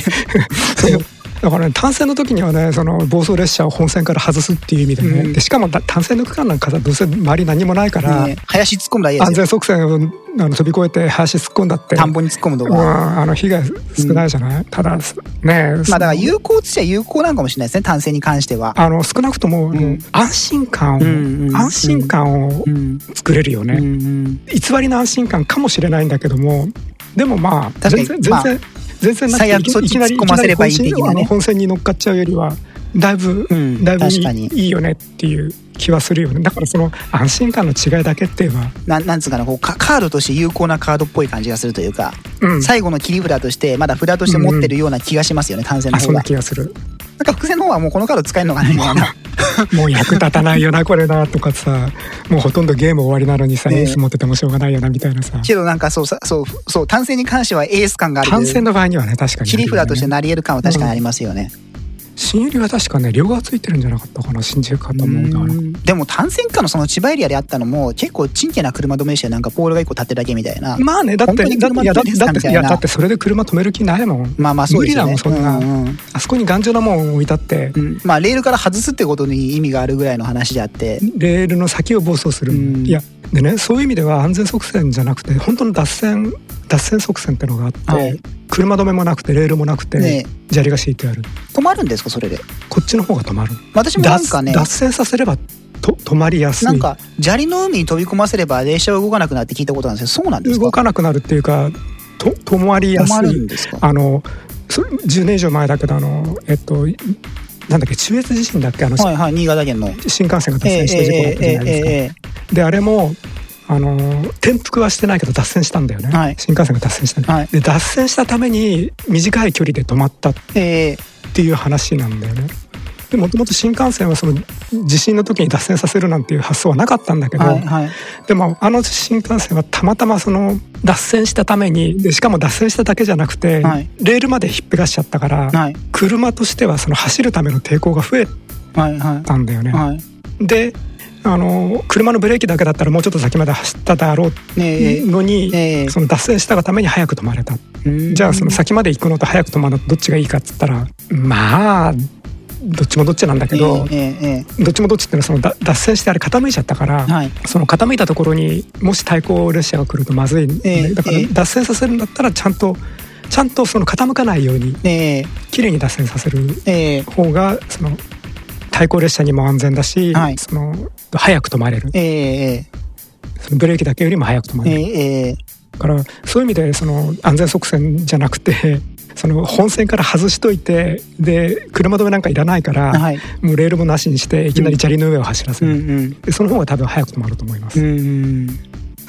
Speaker 4: そうだからね単線の時にはねその暴走列車を本線から外すっていう意味でね、
Speaker 3: うん
Speaker 4: でしかもだ単線の区間なんかさどうせ周り何もないから、
Speaker 3: ね林突っ込んだらいいで
Speaker 4: 安
Speaker 3: すよ。
Speaker 4: 全側線をあの飛び越えて林突っ込んだって
Speaker 3: 田んぼに突っ込むと
Speaker 4: うん、
Speaker 3: か。
Speaker 4: あの被害少ないじゃない、ただねえ
Speaker 3: まあだから有効っちゃ有効なんかもしれないですね、単線に関しては。
Speaker 4: あの少なくとも、
Speaker 3: ん
Speaker 4: 安心感を、
Speaker 3: うんうん
Speaker 4: 安心感を
Speaker 3: うん。
Speaker 4: 作れるよね、
Speaker 3: うんうん
Speaker 4: 偽りの安心感かもしれないんだけどもでもまあ
Speaker 3: 確かに
Speaker 4: 全然全然、全然なくて
Speaker 3: 最悪そっち
Speaker 4: きなり
Speaker 3: 突っ込ませればいい
Speaker 4: きなり
Speaker 3: 的なね
Speaker 4: あの本線に乗っかっちゃうよりはだいぶ、
Speaker 3: うん
Speaker 4: だいぶい
Speaker 3: 確かに
Speaker 4: いいいよねっていう気はするよねだからその安心感の違いだけっていうのは、
Speaker 3: なんなんつうかなこうカカードとして有効なカードっぽい感じがするというか、
Speaker 4: うん、
Speaker 3: 最後の切り札としてまだ札として持ってるような気がしますよね単線の
Speaker 4: あそ
Speaker 3: 方
Speaker 4: ん
Speaker 3: が
Speaker 4: な気がする
Speaker 3: なんか伏線の方はもうこのカード使えるのかなみたい な
Speaker 4: もう役立たないよなこれなとかさもうほとんどゲーム終わりなのにさ、
Speaker 3: ねえ
Speaker 4: エース持っててもしょうがないよなみたいなさ
Speaker 3: けどなんかそうさそうそう単線に関してはエース感があるという
Speaker 4: 単線の場合にはね確かにあ
Speaker 3: 切
Speaker 4: る
Speaker 3: り
Speaker 4: よね、
Speaker 3: 札としてなり得る感は確かにありますよね、
Speaker 4: 新入りは確かね両側ついてるんじゃなかったかな新宿かと思うから
Speaker 3: でも単線下のその千葉エリアであったのも結構ちんけな車止めでしたよなんかポールが一個立ってるだけみたいな、
Speaker 4: まあねだって
Speaker 3: 本当に
Speaker 4: だっていや
Speaker 3: 車
Speaker 4: だ
Speaker 3: 止
Speaker 4: って
Speaker 3: めて
Speaker 4: だっ
Speaker 3: み
Speaker 4: て
Speaker 3: た
Speaker 4: い
Speaker 3: い
Speaker 4: や
Speaker 3: な
Speaker 4: だってそれで車止める気ないもん
Speaker 3: まあまあそうですよね
Speaker 4: 無理だもんそんな
Speaker 3: ううん
Speaker 4: あそこに頑丈なもん置いたって
Speaker 3: うんまあレールから外すってことに意味があるぐらいの話であって
Speaker 4: レールの先を暴走するもん、
Speaker 3: うん
Speaker 4: いやでねそういう意味では安全側線じゃなくて本当の脱線脱線側線ってのがあって、
Speaker 3: はい
Speaker 4: 車止めもなくてレールもなくて、
Speaker 3: ね
Speaker 4: 砂利が敷いてある
Speaker 3: 止まるんですかそれで
Speaker 4: こっちの方が止まる
Speaker 3: 私もなんかね
Speaker 4: 脱脱線させればと止まりやすい
Speaker 3: なんか砂利の海に飛び込ませれば列車は動かなくなって聞いたことなんですけどそうなんですか
Speaker 4: 動かなくなるっていうかと止まりや
Speaker 3: 止
Speaker 4: す
Speaker 3: まる
Speaker 4: い
Speaker 3: んですか
Speaker 4: あのそ10年以上前だけどあのえっとなんだっけ中越地震だっけあの、
Speaker 3: はいはい新潟県の
Speaker 4: 新幹線が脱
Speaker 3: ええ
Speaker 4: 線した事故だったじゃないですか、
Speaker 3: ええ
Speaker 4: であれもあのー転覆はしてないけど脱線したんだよね、
Speaker 3: はい
Speaker 4: 新幹線が脱線した、
Speaker 3: はい
Speaker 4: で脱線したために短い距離で止まったっ
Speaker 3: ええええ
Speaker 4: ていう話なんだよねでもともと新幹線はその地震の時に脱線させるなんていう発想はなかったんだけど、
Speaker 3: はいはい
Speaker 4: でもあの新幹線はたまたまその脱線したためにでしかも脱線しただけじゃなくて、
Speaker 3: はい
Speaker 4: レールまでひっぺがしちゃったから、
Speaker 3: はい
Speaker 4: 車としてはその走るための抵抗が増え
Speaker 3: はいは
Speaker 4: たんだよね、
Speaker 3: いはい
Speaker 4: であの車のブレーキだけだったらもうちょっと先まで走っただろう
Speaker 3: ね
Speaker 4: のに、
Speaker 3: ええ
Speaker 4: その脱線したがために早く止まれた、
Speaker 3: え
Speaker 4: じゃあその先まで行くのと早く止まるのどっちがいいかっつったらまあどっちもどっちなんだけ
Speaker 3: え
Speaker 4: ど、
Speaker 3: えええ
Speaker 4: どっちもどっちっていうのはそのだ脱線してあれ傾いちゃったから、
Speaker 3: はい
Speaker 4: その傾いたところにもし対向列車が来るとまずい、ね
Speaker 3: ええ
Speaker 4: だから
Speaker 3: ええ
Speaker 4: 脱線させるんだったらちゃんとちゃんとその傾かないように
Speaker 3: え
Speaker 4: 綺麗に脱線させる
Speaker 3: ええ
Speaker 4: 方がその対向列車にも安全だし、
Speaker 3: はい
Speaker 4: その早く止まれる
Speaker 3: えええ
Speaker 4: そのブレーキだけよりも早く止ま
Speaker 3: え
Speaker 4: れる、
Speaker 3: ええ
Speaker 4: だからそういう意味でその安全側線じゃなくて その本線から外しといてで車止めなんかいらないから、
Speaker 3: はい
Speaker 4: もうレールもなしにしていきなり砂利の上を走らせ
Speaker 3: う
Speaker 4: る、
Speaker 3: んうん
Speaker 4: でその方が多分早く止まると思います、
Speaker 3: うん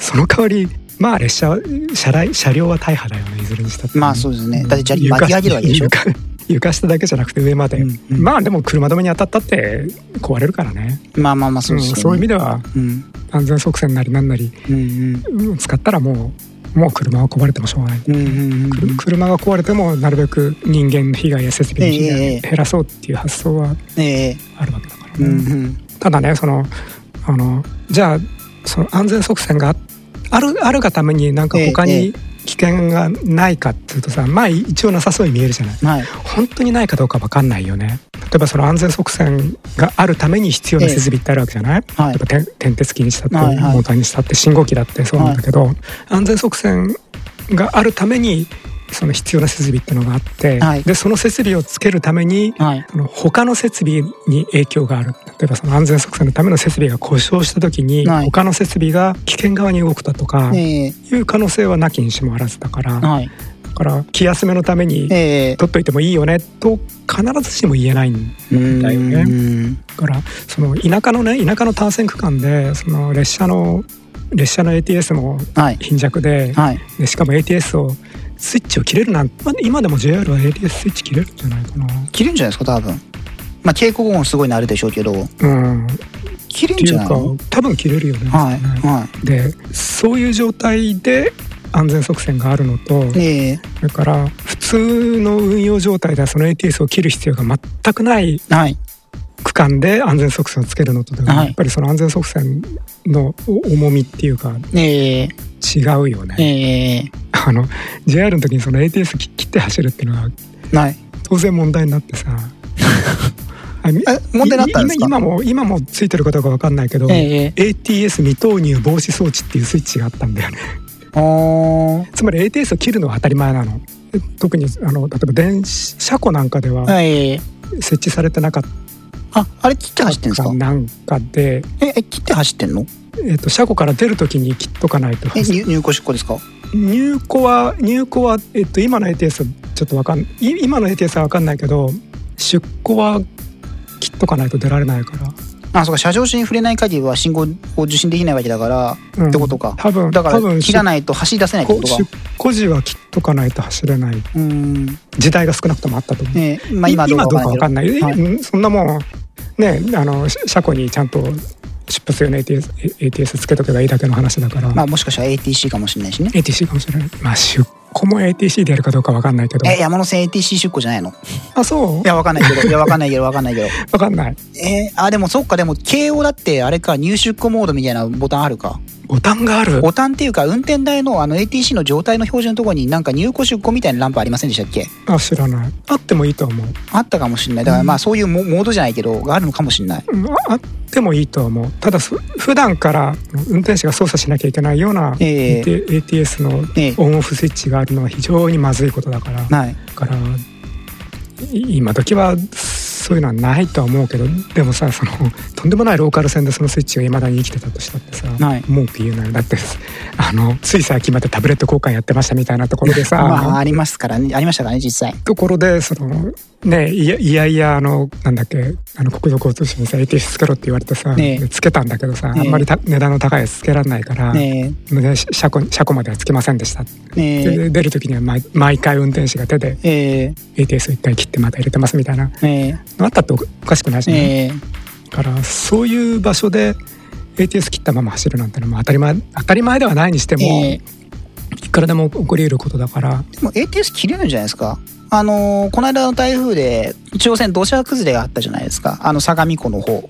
Speaker 4: その代わりまあ列車は車内車両は大破だよねいずれにしたって
Speaker 3: まあそうですね
Speaker 4: ん
Speaker 3: だって砂利巻き上げるわけでしょ
Speaker 4: 床床床下だけじゃなくて上まで、
Speaker 3: うんうん
Speaker 4: まあでも車止めに当たったって壊れるからね
Speaker 3: まあまあまあそううんですよね
Speaker 4: そういう意味では
Speaker 3: うん
Speaker 4: 安全側線なりなんなり
Speaker 3: うん
Speaker 4: うん使ったらもうもう車は壊れてもしょうがない
Speaker 3: うんうんうんうん
Speaker 4: くる車が壊れてもなるべく人間の被害や設備の被
Speaker 3: えええ
Speaker 4: 害
Speaker 3: え
Speaker 4: を減らそうっていう発想は
Speaker 3: ええ
Speaker 4: あるわけだから
Speaker 3: う
Speaker 4: ね、
Speaker 3: んうん
Speaker 4: ただねそのあのじゃあその安全側線がああるあるがためになんか他
Speaker 3: えええ
Speaker 4: に危険がないかっていうとさ、まあ一応なさそうに見えるじゃない
Speaker 3: はい
Speaker 4: 本当にないかどうか分かんないよね例えばその安全側線があるために必要な設備ってあるわけじゃない、
Speaker 3: はい
Speaker 4: 例えばてん点鉄機にしたって、
Speaker 3: はいはい
Speaker 4: モーターにしたって信号機だってそうなんだけど、安全側線があるためにその必要な設備ってのがあって、
Speaker 3: はい
Speaker 4: でその設備をつけるために
Speaker 3: はい
Speaker 4: その他の設備に影響がある例えばその安全側線のための設備が故障した時に、
Speaker 3: はい
Speaker 4: 他の設備が危険側に動くだとか
Speaker 3: ええ
Speaker 4: いう可能性はなきにしもあらずだから、
Speaker 3: はい
Speaker 4: から気休めのために
Speaker 3: え
Speaker 4: 取っといてもいいよねと必ずしも言えないん
Speaker 3: えうん
Speaker 4: だよね
Speaker 3: うん
Speaker 4: だからその田舎のね田舎の単線区間でその列車の列車の ATS も
Speaker 3: はい
Speaker 4: 貧弱で
Speaker 3: はい
Speaker 4: でしかも ATS をスイッチを切れるなんて、まあ今でも JR は ATS スイッチ切れるんじゃないかな
Speaker 3: 切るんじゃないですか多分まあ警告音すごいなるでしょうけど
Speaker 4: うんっ
Speaker 3: 切るん
Speaker 4: てい
Speaker 3: じ
Speaker 4: う
Speaker 3: ゃない
Speaker 4: か
Speaker 3: の
Speaker 4: 多分切れるよね、
Speaker 3: はい
Speaker 4: うん
Speaker 3: は
Speaker 4: でそういう状態で安全側線があるのと
Speaker 3: いええ
Speaker 4: だから普通の運用状態ではその ATS を切る必要が全くない
Speaker 3: はい
Speaker 4: 区間で安全側線をつけるのとでも
Speaker 3: はい
Speaker 4: やっぱりその安全側線の重みっていうか
Speaker 3: ええ
Speaker 4: 違うよね。
Speaker 3: ええ
Speaker 4: あの JR の時にその ATS 切切って走るっていうのが
Speaker 3: ない
Speaker 4: 当然問題になっ てさあみ
Speaker 3: え問題になったんですか
Speaker 4: 今今も今もついてることか分かんないけど、
Speaker 3: ええ
Speaker 4: ATS 未投入防止装置っていうスイッチがあったんだよね
Speaker 3: おー
Speaker 4: つまり ATS を切るのは当たり前なので特にあの例えば電子車庫なんかでは
Speaker 3: ええ
Speaker 4: 設置されてなかっ
Speaker 3: ああれ切って走ってんです
Speaker 4: た
Speaker 3: か
Speaker 4: なんかで、
Speaker 3: ええ切って走ってんの
Speaker 4: えっと車庫から出る時に切っとかないと
Speaker 3: え入入庫出庫ですか
Speaker 4: 入庫は入庫は、えっと、今の ATS はちょっとわかんい今の ATS はわかんないけど出庫は切っとかないと出られないから
Speaker 3: あそうか車上紙に触れない限りは信号を受信できないわけだから、
Speaker 4: うん
Speaker 3: ってことか
Speaker 4: 多分
Speaker 3: だか
Speaker 4: 多分
Speaker 3: ら切らないと走り出せないってことか
Speaker 4: 出庫時は切っとかないと走れないう
Speaker 3: ーん
Speaker 4: 時代が少なくともあったと思う、
Speaker 3: ねえまあ今
Speaker 4: い
Speaker 3: どう
Speaker 4: 今
Speaker 3: か
Speaker 4: どうか
Speaker 3: わか
Speaker 4: わか
Speaker 3: ん
Speaker 4: ん
Speaker 3: な
Speaker 4: ないい
Speaker 3: けどはい
Speaker 4: うんそんなもんねあのし車庫にちゃんと出発用の ATS, ATS つけとけばいいだけの話だから、
Speaker 3: まあもしかしたら ATC かもしれないしね
Speaker 4: ATC かもしれないまあ出庫も ATC でやるかどうかわかんないけど
Speaker 3: え山手線 ATC 出庫じゃないのい
Speaker 4: あそう
Speaker 3: やわかんないけどいやわかんないけどわかんないけど
Speaker 4: わかんない
Speaker 3: えー、あでもそっかでも慶応だってあれか入出庫モードみたいなボタンあるか
Speaker 4: ボタンがある
Speaker 3: ボタンっていうか運転台のあの ATC の状態の表示のところになんか入庫出庫みたいなランプありませんでしたっけ
Speaker 4: あ知らないあってもいいと思う、
Speaker 3: あったかもしれないだからまあそういうモモードじゃないけどがあるのかもしれない
Speaker 4: うんああってもいいと思うただそ普段から運転手が操作しなきゃいけないような、
Speaker 3: ええ
Speaker 4: AT- ATS の
Speaker 3: ええ
Speaker 4: オンオフスイッチがあるのは非常にまずいことだから、
Speaker 3: はい
Speaker 4: だからい今時はそういうのはないとは思うけどでもさそのとんでもないローカル線でそのスイッチがいまだに生きてたとしたってさ、
Speaker 3: はい
Speaker 4: 文句言うなよだってあのつい最近までタブレット交換やってましたみたいなところでさ、
Speaker 3: まあありますからねありましたからね実際
Speaker 4: ところでそのねいやいやいやあのなんだっけあの国土交通省にさ ATS つけろって言われてさ、
Speaker 3: ねえ
Speaker 4: つけたんだけどさ、
Speaker 3: ねえ
Speaker 4: あんまりた値段の高いやつつけられないから、
Speaker 3: ね
Speaker 4: ねし車庫車庫まではつけませんでした、
Speaker 3: えねえ
Speaker 4: で出る時には毎毎回運転手が手で
Speaker 3: え
Speaker 4: ATS を一回切ってまた入れてますみたいな
Speaker 3: ー、え
Speaker 4: のあったっておおかしくないし
Speaker 3: ー、
Speaker 4: ね、
Speaker 3: えー、
Speaker 4: だからそういう場所で ATS 切ったまま走るなんてのも当たり前当たり前ではないにしても、
Speaker 3: え
Speaker 4: いくらでも起こり得ることだから
Speaker 3: でも ATS 切れるんじゃないですかあのーこの間の台風で中央線土砂崩れがあったじゃないですかあの相模湖の方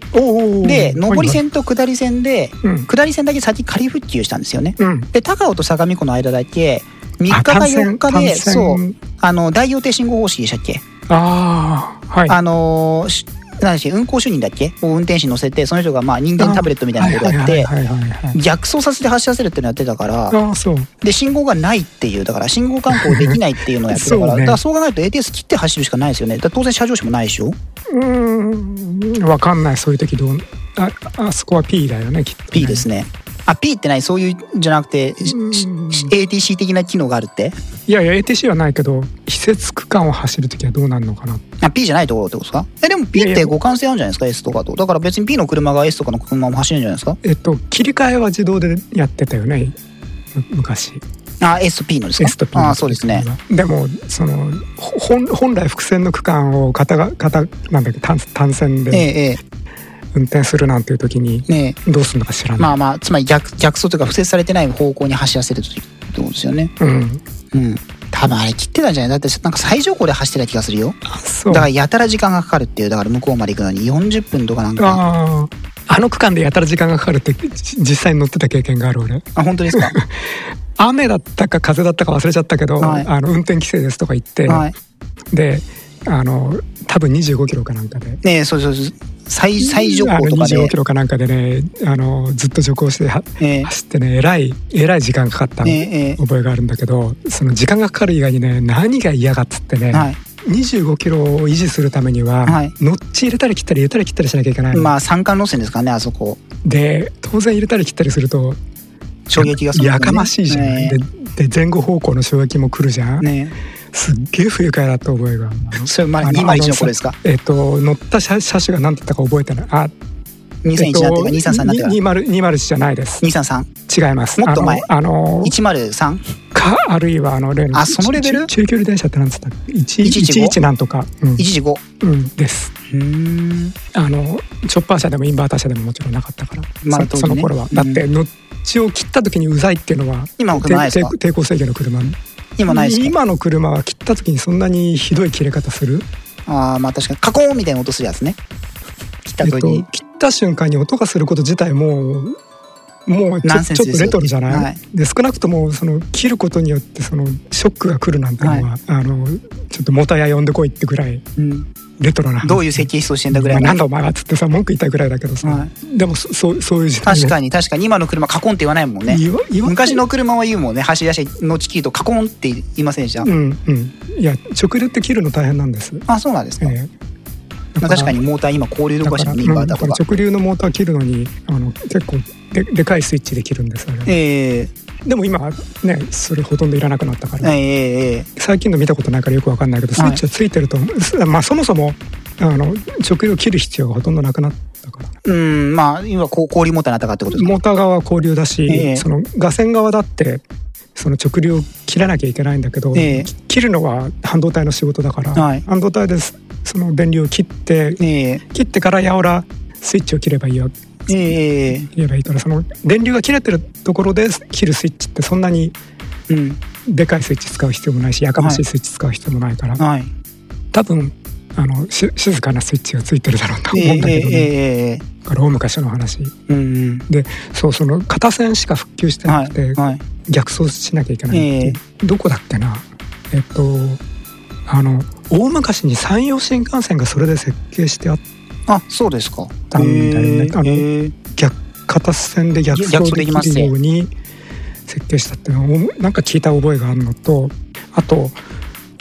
Speaker 3: で上り、線と下り線で
Speaker 4: はいはい
Speaker 3: 下り線だけ先仮復旧したんですよね
Speaker 4: うんうん
Speaker 3: で高尾と相模湖の間だけ3日
Speaker 4: あ
Speaker 3: か
Speaker 4: 単線
Speaker 3: 4日で
Speaker 4: 単線
Speaker 3: そうあの大予定信号方式でしたっけ
Speaker 4: ああはい
Speaker 3: あのーし何でしたっけ運行主任だっけを運転手に乗せてその人がまあ人間タブレットみたいなことやって
Speaker 4: はいはいはいはいはいはい
Speaker 3: 逆走させて走らせるっていうのやってたから
Speaker 4: ああそう
Speaker 3: で信号がないっていうだから信号観光できないっていうのをやってるから
Speaker 4: そうね
Speaker 3: だからそう考えると ATS 切って走るしかないですよねだから当然車上紙もないでしょ
Speaker 4: うーんわかんないそういう時どうああそこは P だよねきっと、ね、
Speaker 3: P ですねあ P ってないそういうじゃなくてし
Speaker 4: うん
Speaker 3: し ATC 的な機能があるって
Speaker 4: いやいや ATC はないけど施設区間を走る時はどうなるのかな
Speaker 3: あ P じゃないところってことですかえでも P
Speaker 4: いや
Speaker 3: っ
Speaker 4: い
Speaker 3: て
Speaker 4: や
Speaker 3: 互換性あるんじゃないですか S とかとだから別に P の車が S とかの車も走るんじゃないですか
Speaker 4: えっと切り替えは自動でやってたよねむ昔
Speaker 3: あ S と P のですか
Speaker 4: S と P の
Speaker 3: あそうですね
Speaker 4: でもそのほ本本来伏線の区間を片が片なんだっけ単単線
Speaker 3: ええ
Speaker 4: で
Speaker 3: え
Speaker 4: 運転するなんていう時に
Speaker 3: えねえ
Speaker 4: どうするのか知らない、
Speaker 3: まあまあつまり逆逆走というか不正されてない方向に走らせるということですよね
Speaker 4: うん
Speaker 3: うん多分あれ切ってたんじゃないだってなんか最上高で走ってた気がするよ
Speaker 4: あそう
Speaker 3: だからやたら時間がかかるっていうだから向こうまで行くのに40分とかなんか
Speaker 4: あーあの区間でやたら時間がかかるってじ実際に乗ってた経験がある俺
Speaker 3: あ本当です か
Speaker 4: 雨だったか風だったか忘れちゃったけど、
Speaker 3: はい
Speaker 4: あの運転規制ですとか言って、
Speaker 3: はい
Speaker 4: であの多分25キロかなんかで
Speaker 3: ねえそうそうそう最最上高とかで
Speaker 4: あの25キロかなんかでねあのずっと徐行しては
Speaker 3: ええ
Speaker 4: 走ってねえらいえらい時間かかった
Speaker 3: えええ
Speaker 4: 覚えがあるんだけどその時間がかかる以外にね何が嫌かっつってね、
Speaker 3: えはい
Speaker 4: 25キロを維持するためには、
Speaker 3: はい
Speaker 4: 乗っち入れたり切ったり入れたり切ったりしなきゃいけないの、
Speaker 3: まあ山間路線ですからねあそこ
Speaker 4: で当然入れたり切ったりすると
Speaker 3: 衝撃がその
Speaker 4: やかましいじゃない、
Speaker 3: ええ
Speaker 4: でで前後方向の衝撃も来るじゃん、
Speaker 3: ね
Speaker 4: すっげえ不愉快だった覚えがあるの
Speaker 3: それ、まあ、
Speaker 4: あの
Speaker 3: 201の頃ですか
Speaker 4: えっと乗った車車種が何だったか覚えてないあ
Speaker 3: ?2001 になってから、233になってから。
Speaker 4: 2 0 201じゃないです違います
Speaker 3: もっと前
Speaker 4: あのあの
Speaker 3: 233?103?
Speaker 4: かあるいはあの例の
Speaker 3: あそのレベル
Speaker 4: ち中距離電車って何つったの
Speaker 3: 115
Speaker 4: ?111 なんとか、うん
Speaker 3: 115? う
Speaker 4: うん、です
Speaker 3: ーん。
Speaker 4: あのチョッパー車でもインバーター車でももちろんなかったから、
Speaker 3: まあ
Speaker 4: そ
Speaker 3: 当時ね
Speaker 4: その頃は
Speaker 3: うん
Speaker 4: だってのっちを切った時にうざいっていうのは
Speaker 3: 今の
Speaker 4: 抵
Speaker 3: 車ないです
Speaker 4: 抵
Speaker 3: か
Speaker 4: 抵抗制御の車の
Speaker 3: 今ないですか
Speaker 4: 今の車は切った時にそんなにひどい切れ方する
Speaker 3: ああ、まあ確かに、カコーンみたいな音するやつね。来た
Speaker 4: えっ
Speaker 3: 時
Speaker 4: と
Speaker 3: に。
Speaker 4: 切った瞬間に音がすること自体もうもうち
Speaker 3: ナ
Speaker 4: ょ
Speaker 3: ンセン
Speaker 4: ち
Speaker 3: スで
Speaker 4: ょっと
Speaker 3: すよ
Speaker 4: レトロじゃない、
Speaker 3: はい
Speaker 4: で少なくともその切ることによってそのショックが来るなんてのは、あのちょっともたや呼んでこいってぐらい
Speaker 3: うん
Speaker 4: レトロな話
Speaker 3: どういう設計思想してんだぐらい
Speaker 4: ま
Speaker 3: の
Speaker 4: あなんだお前はっつってさ文句言いたいぐらいだけどさ、
Speaker 3: は
Speaker 4: でもそそうそういう時代
Speaker 3: 確かに確かに今の車カコンって言わないもんね
Speaker 4: 言わ言わ
Speaker 3: 昔の車は言うもんね走り出してのち切るとカコンって言いませんでした、
Speaker 4: うんうんいや直流って切るの大変なんです、
Speaker 3: あそうなんですか、
Speaker 4: え
Speaker 3: ま
Speaker 4: え
Speaker 3: あ、確かにモーター今交流
Speaker 4: だ
Speaker 3: 動
Speaker 4: か
Speaker 3: からし
Speaker 4: だ
Speaker 3: の
Speaker 4: から
Speaker 3: インバーター
Speaker 4: う
Speaker 3: と
Speaker 4: んだ
Speaker 3: か
Speaker 4: から直流のモーター切るのにあの結構ででかいスイッチで切るんですよね
Speaker 3: ええ
Speaker 4: でも今はねそれほとんどいらなくなったから、
Speaker 3: ええええ
Speaker 4: 最近の見たことないからよくわかんないけどスイ
Speaker 3: はい
Speaker 4: ッチはついてると思う、すまあそもそもあの直流を切る必要がほとんどなくなったから
Speaker 3: うんまあ今こう交流モーターになったかってことですか
Speaker 4: モーター側は交流だし、
Speaker 3: ええ
Speaker 4: その画線側だってその直流を切らなきゃいけないんだけど、
Speaker 3: ええ
Speaker 4: き切るのは半導体の仕事だから、
Speaker 3: はい
Speaker 4: 半導体ですその電流を切って
Speaker 3: ええ
Speaker 4: 切ってからやおらスイッチを切ればいいよ
Speaker 3: えええ
Speaker 4: 言えばいいからその電流が切れてるところで切るスイッチってそんなに
Speaker 3: えうん
Speaker 4: でかいスイッチ使う必要もないしやかましいスイッチ使う必要もないから、
Speaker 3: はい
Speaker 4: 多分あのし静かなスイッチがついてるだろうと
Speaker 3: え
Speaker 4: 思うん
Speaker 3: え
Speaker 4: だ
Speaker 3: え
Speaker 4: けどね、
Speaker 3: えええ
Speaker 4: だから大昔の話
Speaker 3: うん
Speaker 4: でそうその片線しか復旧して
Speaker 3: は
Speaker 4: なくて、
Speaker 3: いはい
Speaker 4: 逆走しなきゃいけないっていう、どこだっけなえっとあの大昔に山陽新幹線がそれで設計してあっ
Speaker 3: あそうですか
Speaker 4: たんだよねあの
Speaker 3: ええ
Speaker 4: 逆片線で逆
Speaker 3: 逆
Speaker 4: 走
Speaker 3: 走
Speaker 4: で
Speaker 3: で
Speaker 4: き
Speaker 3: きます
Speaker 4: るように設計したっていうのをなんか聞いた覚えがあるのとあと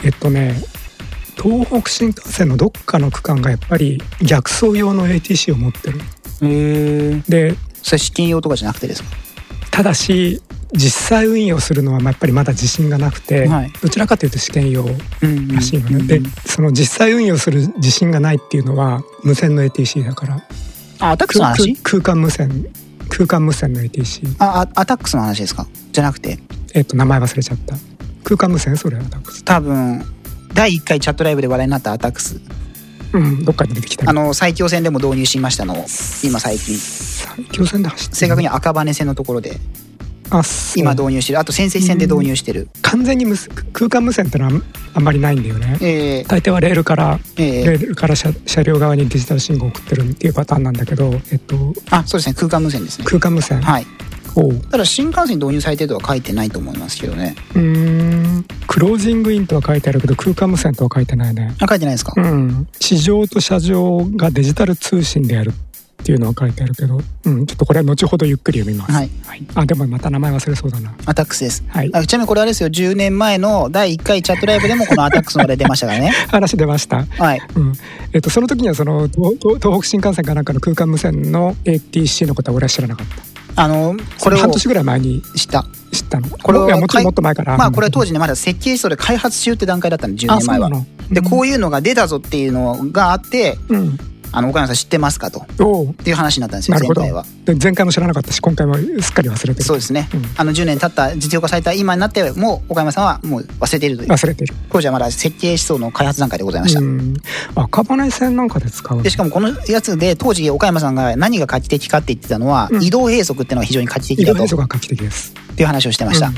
Speaker 4: えっとね東北新幹線のどっかの区間がやっぱり逆走用の ATC を持ってる
Speaker 3: ええ
Speaker 4: で
Speaker 3: それ資金用とかじゃなくてですか
Speaker 4: ただし実際運用するのはまあやっぱりまだ自信がなくて、
Speaker 3: はい
Speaker 4: どちらかというと試験用
Speaker 3: うん
Speaker 4: らしいのね、でその実際運用する自信がないっていうのは無線の ATC だから
Speaker 3: あアタックスの
Speaker 4: 空
Speaker 3: 話
Speaker 4: 空空間無線空間無線の ATC
Speaker 3: ああアタックスの話ですかじゃなくて
Speaker 4: えっと名前忘れちゃった空間無線それはなんか
Speaker 3: 多分第1回チャットライブで話題になったアタックス
Speaker 4: うんどっかに出てきた
Speaker 3: あの最強戦でも導入しましたのを今最近
Speaker 4: 最強線で走ってる
Speaker 3: 正確には赤羽線のところで
Speaker 4: あそう
Speaker 3: 今導入してるあと先制線で導入してる
Speaker 4: 完全に無線空間無線ってのはあんあんまりないんだよね
Speaker 3: えー
Speaker 4: 大抵はレールから
Speaker 3: えー
Speaker 4: レールから車車両側にデジタル信号を送ってるっていうパターンなんだけど、えっと、
Speaker 3: あそうですね空間無線ですね
Speaker 4: 空間無線
Speaker 3: はい
Speaker 4: をう
Speaker 3: ただ新幹線に導入されてるとは書いてないと思いますけどね
Speaker 4: ーんクロージングインとは書いてあるけど空間無線とは書いてないね
Speaker 3: あ書いてないですか
Speaker 4: うん、地上と車上がデジタル通信でやるっていうのは書いてあるけど、うん、ちょっとこれは後ほどゆっくり読みます、
Speaker 3: はい
Speaker 4: あでもまた名前忘れそうだな
Speaker 3: アタックスです
Speaker 4: はい
Speaker 3: あちなみにこれはあれですよ10年前の第1回チャットライブでもこのアタックスの話題出ました からね
Speaker 4: 話出ました、
Speaker 3: はい
Speaker 4: うんえっとその時にはその東東東北新幹線かなんかの空間無線の ATC のことは俺は知らなかった
Speaker 3: あの
Speaker 4: こ
Speaker 3: こ
Speaker 4: れ
Speaker 3: れを
Speaker 4: 半年ぐらい前に
Speaker 3: 知った
Speaker 4: 知ったの
Speaker 3: これを
Speaker 4: いやもちろ
Speaker 3: か
Speaker 4: ん
Speaker 3: い
Speaker 4: もっと前から
Speaker 3: まあこれは当
Speaker 4: 時
Speaker 3: 時ねまだ設計思想で開発中って段階だったの10
Speaker 4: あ
Speaker 3: 年
Speaker 4: そう
Speaker 3: 前
Speaker 4: な
Speaker 3: は
Speaker 4: の
Speaker 3: でこ
Speaker 4: いう
Speaker 3: いうのが出たぞっていうのがあって
Speaker 4: うん、うん、
Speaker 3: あの岡山さん知ってますかとっ
Speaker 4: おう
Speaker 3: ていう話になったんですよ
Speaker 4: なる
Speaker 3: 前
Speaker 4: ほど
Speaker 3: 回は
Speaker 4: で前回も知らなかったし今回もすっかり忘れてる
Speaker 3: そうですね、
Speaker 4: うん
Speaker 3: あの10年経った実用化された今になってもう岡山さんはもう忘れているという
Speaker 4: 忘れてる
Speaker 3: 当時はまだ設計思想の開発段階でございました、
Speaker 4: うん、赤羽線なんかで使うの
Speaker 3: でしかもこのやつで当時岡山さんが何が画期的かって言ってたのは、
Speaker 4: うん
Speaker 3: 移動閉塞っていうのが非常に画期的
Speaker 4: 移
Speaker 3: だ
Speaker 4: 動
Speaker 3: とっ
Speaker 4: 変速が画期的です。
Speaker 3: ていう話をしてました、
Speaker 4: うん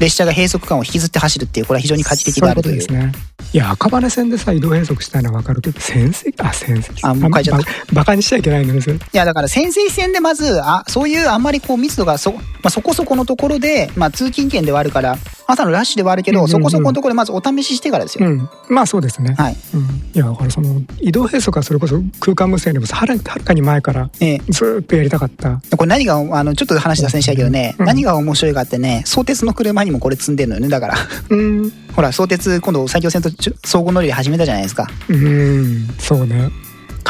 Speaker 3: 列車が閉塞感を引きずって走るっていうこれは非常に画期的であるという
Speaker 4: そういうことですね。いや赤羽線でさ移動変速したいのは分かるけど先生あ先生
Speaker 3: あもう変えちゃった
Speaker 4: ババカにしちゃいけないんですよ。
Speaker 3: いやだから潜水線でまずあそういうあんまりこう密度がそ,、まあ、そこそこのところで、まあ、通勤圏ではあるから朝のラッシュではあるけど、
Speaker 4: うんうんうん
Speaker 3: そこそこのところでまずお試ししてからです
Speaker 4: う
Speaker 3: よ、
Speaker 4: んまあそうですね。
Speaker 3: はい
Speaker 4: うん、いやだからその移動変速はそれこそ空間無線よりもはるはるかに前から
Speaker 3: ええ
Speaker 4: ずーっとやりたかった。
Speaker 3: これ何があのちょっと話脱線したけどね、
Speaker 4: うん
Speaker 3: 何が面白いかってね相鉄の車にもこれ積んでるのよねだから
Speaker 4: うん
Speaker 3: ほら相鉄今度埼京線とちょ総合乗り入れ始めたじゃないですかだか
Speaker 4: うんそうね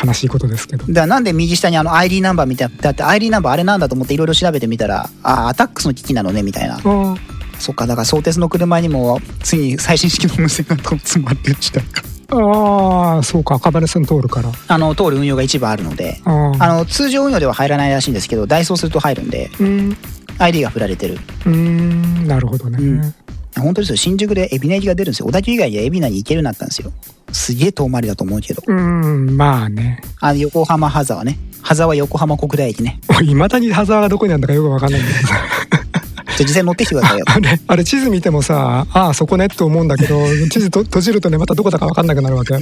Speaker 4: 悲しいことですけど。
Speaker 3: らなんで右下にあの ID ナンバーみたいなだって ID ナンバーあれなんだと思っていろいろ調べてみたらあアタックスの機器なのねみたいな
Speaker 4: あ
Speaker 3: そっかだから相鉄の車にもついに最新式の無線が詰まってる時代か
Speaker 4: ああそうか赤羽線通るから
Speaker 3: あの通る運用が一部あるので
Speaker 4: あ
Speaker 3: あ
Speaker 4: あ
Speaker 3: の通常運用では入らないらしいんですけどダイソーすると入るんで
Speaker 4: うん
Speaker 3: ID が振られてる
Speaker 4: うーんなるほどね、
Speaker 3: うん本当ですよ新宿で海老名行きが出るんですよ小田急以外で海老名に行けるようになったんですよすげえ遠回りだと思うけど
Speaker 4: うんまあね
Speaker 3: あの横浜羽沢ね羽沢横浜国大駅ね
Speaker 4: いまだにハザーがどこにあるんだかよくわかんないんだけど
Speaker 3: じ
Speaker 4: さ
Speaker 3: ゃあ実際乗ってきてく ださいよ
Speaker 4: あれあれ地図見てもさああそこねって思うんだけど 地図と閉じるとねまたどこだかわかんなくなるわけ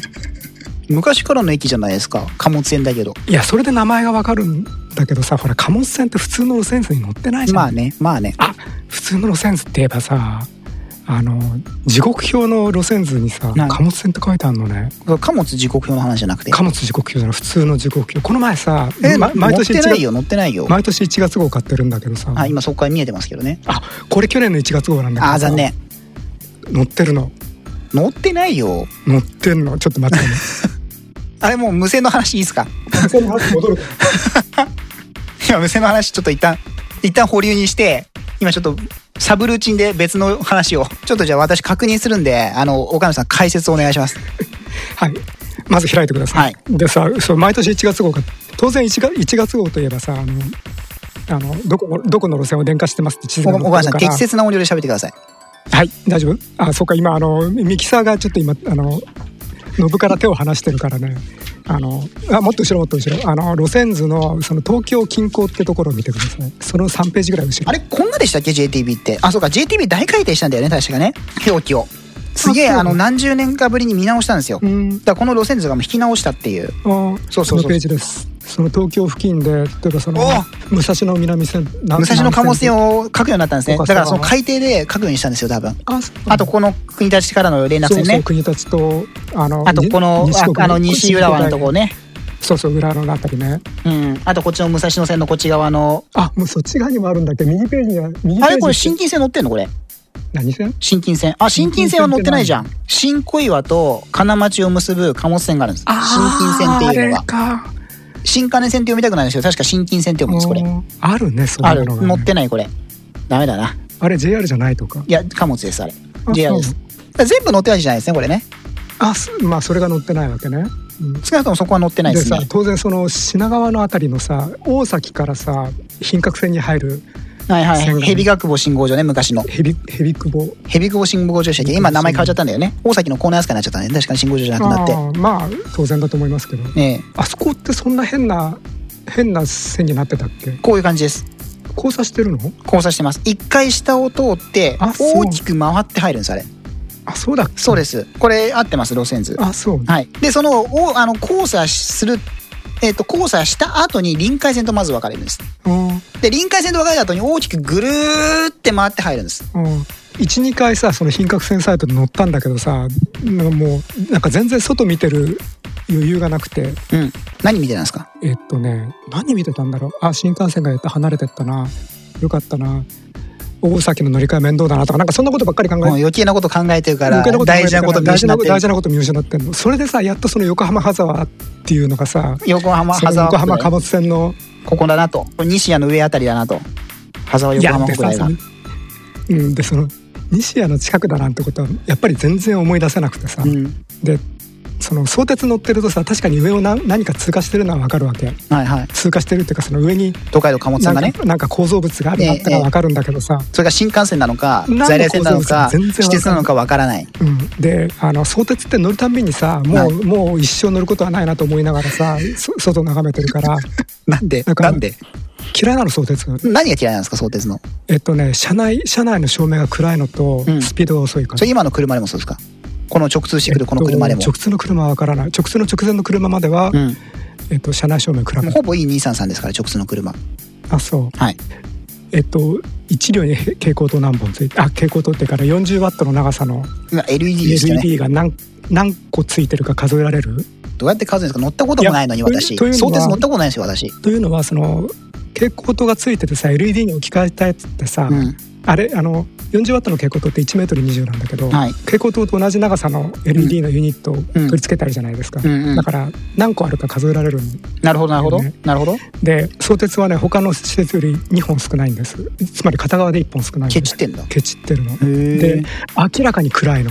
Speaker 3: 昔からの駅じゃないですか貨物線だけど
Speaker 4: いやそれで名前がわかるんだけどさほら貨物船って普通の路線図に乗ってないじゃん、
Speaker 3: まあねまあね
Speaker 4: あ普通の路線図って言えばさあの時刻表の路線図にさ
Speaker 3: はい
Speaker 4: 貨物船って書いてあるのね
Speaker 3: 貨物時刻表の話じゃなくて
Speaker 4: 貨物時刻表じゃない普通の時刻表この前さ、
Speaker 3: え、
Speaker 4: ま毎年
Speaker 3: 乗
Speaker 4: 1
Speaker 3: ってないよ
Speaker 4: 月
Speaker 3: 乗ってないよ、
Speaker 4: 毎年1月号買ってるんだけどさ、
Speaker 3: あ今そこから見えてますけどね
Speaker 4: あこれ去年の1月号なんだけどさ
Speaker 3: あー残念
Speaker 4: 乗ってるの
Speaker 3: 乗ってないよ
Speaker 4: 乗ってんのちょっと待 ってね
Speaker 3: あれもう無線の話いいですか
Speaker 4: 無線の話戻る
Speaker 3: いや無線の話ちょっと一旦一旦保留にして今ちょっとサブルーチンで別の話をちょっとじゃあ私確認するんであの岡野さん解説お願いします
Speaker 4: はいまず開いてください、でさそう毎年1月号が当然1月 ,1 月号といえばさあのあのどこのどこの路線を電化してますって地図
Speaker 3: お
Speaker 4: が載ってる
Speaker 3: 岡野さん
Speaker 4: から
Speaker 3: 適切な音量で喋ってください
Speaker 4: はい大丈夫あそうか今あのミキサーがちょっと今あのノブから手を離してるからねあのあもっと後ろもっと後ろあの路線図のその東京近郊ってところを見てくださいその3ページぐらい後ろ
Speaker 3: あれこんなでしたっけ JTB ってあそうか JTB 大改定したんだよね確かね表記をすげえ
Speaker 4: あそう
Speaker 3: あの何十年かぶりに見直したんですよだか
Speaker 4: うん
Speaker 3: らこの路線図がもう引き直したっていう
Speaker 4: あ
Speaker 3: そうそうそう
Speaker 4: のページですその東京付近で例えばその
Speaker 3: お
Speaker 4: 武蔵野南線武
Speaker 3: 武蔵野貨物線
Speaker 4: を
Speaker 3: を書くようになったんですねだ
Speaker 4: そうか
Speaker 3: からそ
Speaker 4: そう
Speaker 3: の
Speaker 4: か
Speaker 3: 改定で書くようにしたんですよ多分
Speaker 4: あそう
Speaker 3: あとこの国立からの連絡
Speaker 4: そ
Speaker 3: 線
Speaker 4: うそう
Speaker 3: ね
Speaker 4: 国立とあの
Speaker 3: あとこの
Speaker 4: に国
Speaker 3: ああの西浦和のとこね
Speaker 4: そうそう浦和のあたりね
Speaker 3: うん、あとこっちの武蔵野線のこっち側の
Speaker 4: あもうそっち側にもあるんだけど右ページには右ページ
Speaker 3: あれこれ新金線乗ってんのこれ
Speaker 4: 何線
Speaker 3: 新金線あ新金線は乗ってないじゃん新小岩と金町を結ぶ貨物線があるんです新金線っていうの
Speaker 4: あ
Speaker 3: が
Speaker 4: れか
Speaker 3: 新金線って読みたくないんですけど確か新金線って読むんですこれ
Speaker 4: おーあるねそ
Speaker 3: あ
Speaker 4: うい
Speaker 3: る
Speaker 4: うのがね、
Speaker 3: 乗ってないこれダメだな
Speaker 4: あれ JR じゃないとか
Speaker 3: いや貨物ですあれ
Speaker 4: あ
Speaker 3: JR ですだから全部乗ってないじゃないですねこれね
Speaker 4: あすまあそれが乗ってないわけね、うん
Speaker 3: 少なくともそこは乗ってない
Speaker 4: で
Speaker 3: です
Speaker 4: さ
Speaker 3: ね
Speaker 4: 当然その品川のあたりのさ大崎からさ品格線に入る
Speaker 3: はいは
Speaker 4: 線が
Speaker 3: い
Speaker 4: ね
Speaker 3: 蛇学母信号場ね昔の
Speaker 4: ヘビヘビ久保
Speaker 3: 蛇久保信号場でしたっけ今名前変わっちゃったんだよね大崎のコーナー扱いになっちゃったんで確かに信号場じゃなくなって
Speaker 4: あーまあ当然だと思いますけど
Speaker 3: ねえ
Speaker 4: あそこってそんな変な変な線になってたっけ
Speaker 3: こういう感じです
Speaker 4: 交差してるの
Speaker 3: 交差してます一回下を通って
Speaker 4: あそう
Speaker 3: 大きく回って入るんですあれ
Speaker 4: あそうだっけ
Speaker 3: そうですこれ合ってます路線図
Speaker 4: あそう
Speaker 3: はいでそのおあの交差するえっ、と交差した後に臨海線とまず分かれるんです
Speaker 4: うんうん
Speaker 3: で臨海線と分かれた後に大きくぐるーって回って入るんです
Speaker 4: 12回さその品格線サイトに乗ったんだけどさなんかもうなんか全然外見てる余裕がなくて
Speaker 3: うん何見てたんですか
Speaker 4: えっとね何見てたんだろうあ新幹線がやった離れてったなよかったな大崎の乗り換え面倒だなとかなんかそんなことばっかり考えて
Speaker 3: もう余計なこと考えてるから
Speaker 4: 余計なこと考えて
Speaker 3: 大事なこと見
Speaker 4: 大事
Speaker 3: 失
Speaker 4: な
Speaker 3: っ
Speaker 4: こ
Speaker 3: て
Speaker 4: と
Speaker 3: る
Speaker 4: 大事なこと見失ってんのそれでさやっとその横浜ハザワっていうのがさ
Speaker 3: 横浜
Speaker 4: その
Speaker 3: 羽沢
Speaker 4: 横浜貨
Speaker 3: 国
Speaker 4: 物線の
Speaker 3: 大ここだなとこれ西谷の上あたりだなと羽沢
Speaker 4: い
Speaker 3: 横
Speaker 4: や
Speaker 3: 浜
Speaker 4: で
Speaker 3: 国
Speaker 4: さ
Speaker 3: 大が
Speaker 4: うんでその西谷の近くだなんてことはやっぱり全然思い出せなくてさ、
Speaker 3: うん
Speaker 4: でその相鉄乗ってるとさ確かに上を何何か通過してるのは分かるわけ
Speaker 3: はいはい
Speaker 4: 通過してるっていうかその上に
Speaker 3: 東海道貨物線
Speaker 4: なん
Speaker 3: が
Speaker 4: か,、
Speaker 3: ね
Speaker 4: なんか構造物があるなってのは分かるんだけどさ、
Speaker 3: それが新幹線なのか
Speaker 4: 何の
Speaker 3: 在来線なのか
Speaker 4: 構造物か全然わかんない
Speaker 3: 私鉄なのかわからない
Speaker 4: うん、であの相鉄って乗るたんびにさもう,、
Speaker 3: はい
Speaker 4: もう一生乗ることはないなと思いながらさそ外眺めてる から
Speaker 3: なんで
Speaker 4: だから
Speaker 3: なんで
Speaker 4: 嫌いなの相鉄が
Speaker 3: 何が嫌いなんですか相鉄の
Speaker 4: えっとね車内車内の照明が暗いのと、
Speaker 3: うん
Speaker 4: スピードが遅いから
Speaker 3: それ今の車でもそうですかこの直通してくるこの車でも
Speaker 4: えっと、直通の車は分からない直通の直前の車までは、
Speaker 3: うん
Speaker 4: えっと、車内照明暗
Speaker 3: もう
Speaker 4: く
Speaker 3: ほぼいい233ですから直通の車
Speaker 4: あそう
Speaker 3: はい
Speaker 4: えっと1両に蛍光灯何本ついてあ蛍光灯っていうから40ワットの長さの
Speaker 3: 今 LED でしたね
Speaker 4: LED が何何個ついてるか数えられる
Speaker 3: どうやって数えるんですか乗ったこともないのに
Speaker 4: いや
Speaker 3: 私
Speaker 4: という
Speaker 3: 相
Speaker 4: のは
Speaker 3: 鉄乗ったことないんですよ私
Speaker 4: というのはその蛍光灯がついててさ LED に置き換えたやつってさ、
Speaker 3: うん
Speaker 4: あれあの40ワットの蛍光灯って1メートル20なんだけど、
Speaker 3: はい
Speaker 4: 蛍光灯と同じ長さの LED のユニットを取り付けてあるじゃないですか、
Speaker 3: うんうん
Speaker 4: だから何個あるか数えられるん
Speaker 3: なるほどなるほど、
Speaker 4: ね
Speaker 3: なるほど
Speaker 4: で相鉄はね他の施設より2本少ないんですつまり片側で1本少ないんです
Speaker 3: ケチってんだ
Speaker 4: ケチってるの
Speaker 3: ー
Speaker 4: で明らかに暗いの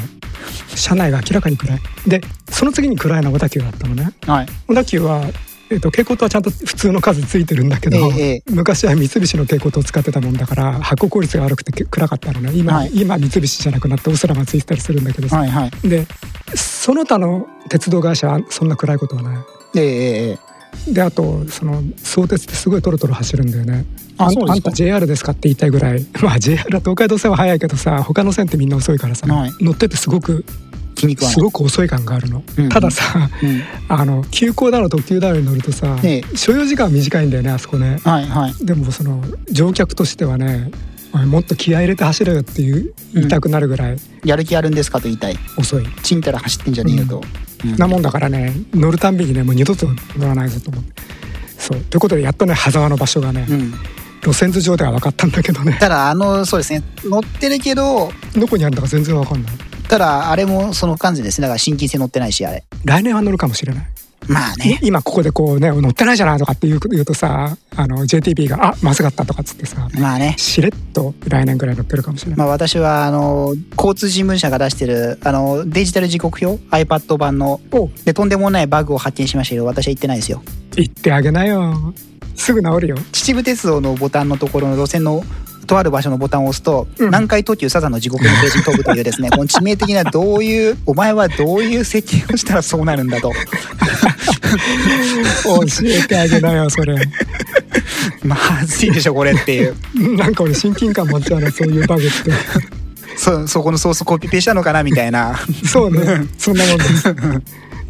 Speaker 4: 車内が明らかに暗いでその次に暗いのは小田急だったのね
Speaker 3: はい
Speaker 4: 小田急は、えっと蛍光灯はちゃんと普通の数ついてるんだけど、
Speaker 3: ええ
Speaker 4: 昔は三菱の蛍光灯を使ってたもんだから発光効率が悪くてけ暗かったのね今,、
Speaker 3: はい
Speaker 4: 今三菱じゃなくなってお空がついてたりするんだけどさ、
Speaker 3: はいはい
Speaker 4: でその他の鉄道会社はそんな暗いことはない
Speaker 3: ええええ
Speaker 4: であとその相鉄ってすごいトロトロ走るんだよね
Speaker 3: あ
Speaker 4: ん
Speaker 3: そうですか
Speaker 4: んた JR ですかって言いたいぐらい まあ JR は東海道線は早いけどさ他の線ってみんな遅いからさ、
Speaker 3: はい
Speaker 4: 乗っててすごく
Speaker 3: 気に食わない
Speaker 4: すごく遅い感があるの、
Speaker 3: うん
Speaker 4: たださ、
Speaker 3: うん
Speaker 4: あの急行だの特急だのに乗るとさ、
Speaker 3: え
Speaker 4: 所要時間は短いんだよねあそこね
Speaker 3: はいはい
Speaker 4: でもその乗客としてはねおいもっと気合い入れて走れよっていう言いたくなるぐらい
Speaker 3: やる気あるんですかと言いたい
Speaker 4: 遅い、
Speaker 3: ちんたら走ってんじゃねえよと、うん
Speaker 4: なもんだからね乗るたんびにねもう二度と乗らないぞと思ってそうということでやっとね狭間の場所がね、
Speaker 3: うん
Speaker 4: 路線図上では分かったんだけどね
Speaker 3: ただあのそうですね乗ってるけど
Speaker 4: どこにあるのか全然分かんない
Speaker 3: ただあれもその感じですねだから新金線乗ってないしあれ
Speaker 4: 来年は乗るかもしれない
Speaker 3: まあね
Speaker 4: 今ここでこうね乗ってないじゃないとかって言う言うとさあの JTB が「あまずかった」とかっつってさ
Speaker 3: まあね
Speaker 4: しれっと来年ぐらい乗ってるかもしれない、
Speaker 3: まあ私はあの交通新聞社が出してるあのデジタル時刻表 iPad 版の
Speaker 4: お
Speaker 3: でとんでもないバグを発見しましたけど私は行ってないですよ
Speaker 4: 言ってあげなよすぐ治る よ
Speaker 3: 秩父鉄道のボタンのところの路線のとある場所のボタンを押すと、
Speaker 4: うん
Speaker 3: 南海特急サザンの地獄のページに飛ぶという ですねこの致命的などういうお前はどういう設計をしたらそうなるんだと
Speaker 4: 教えてあげなよそれ
Speaker 3: まずいでしょこれっていう
Speaker 4: なんか俺親近感持っちゃうなそういうバグっ
Speaker 3: そそこのソースコピペしたのかなみたい な
Speaker 4: てそうねそんなもんです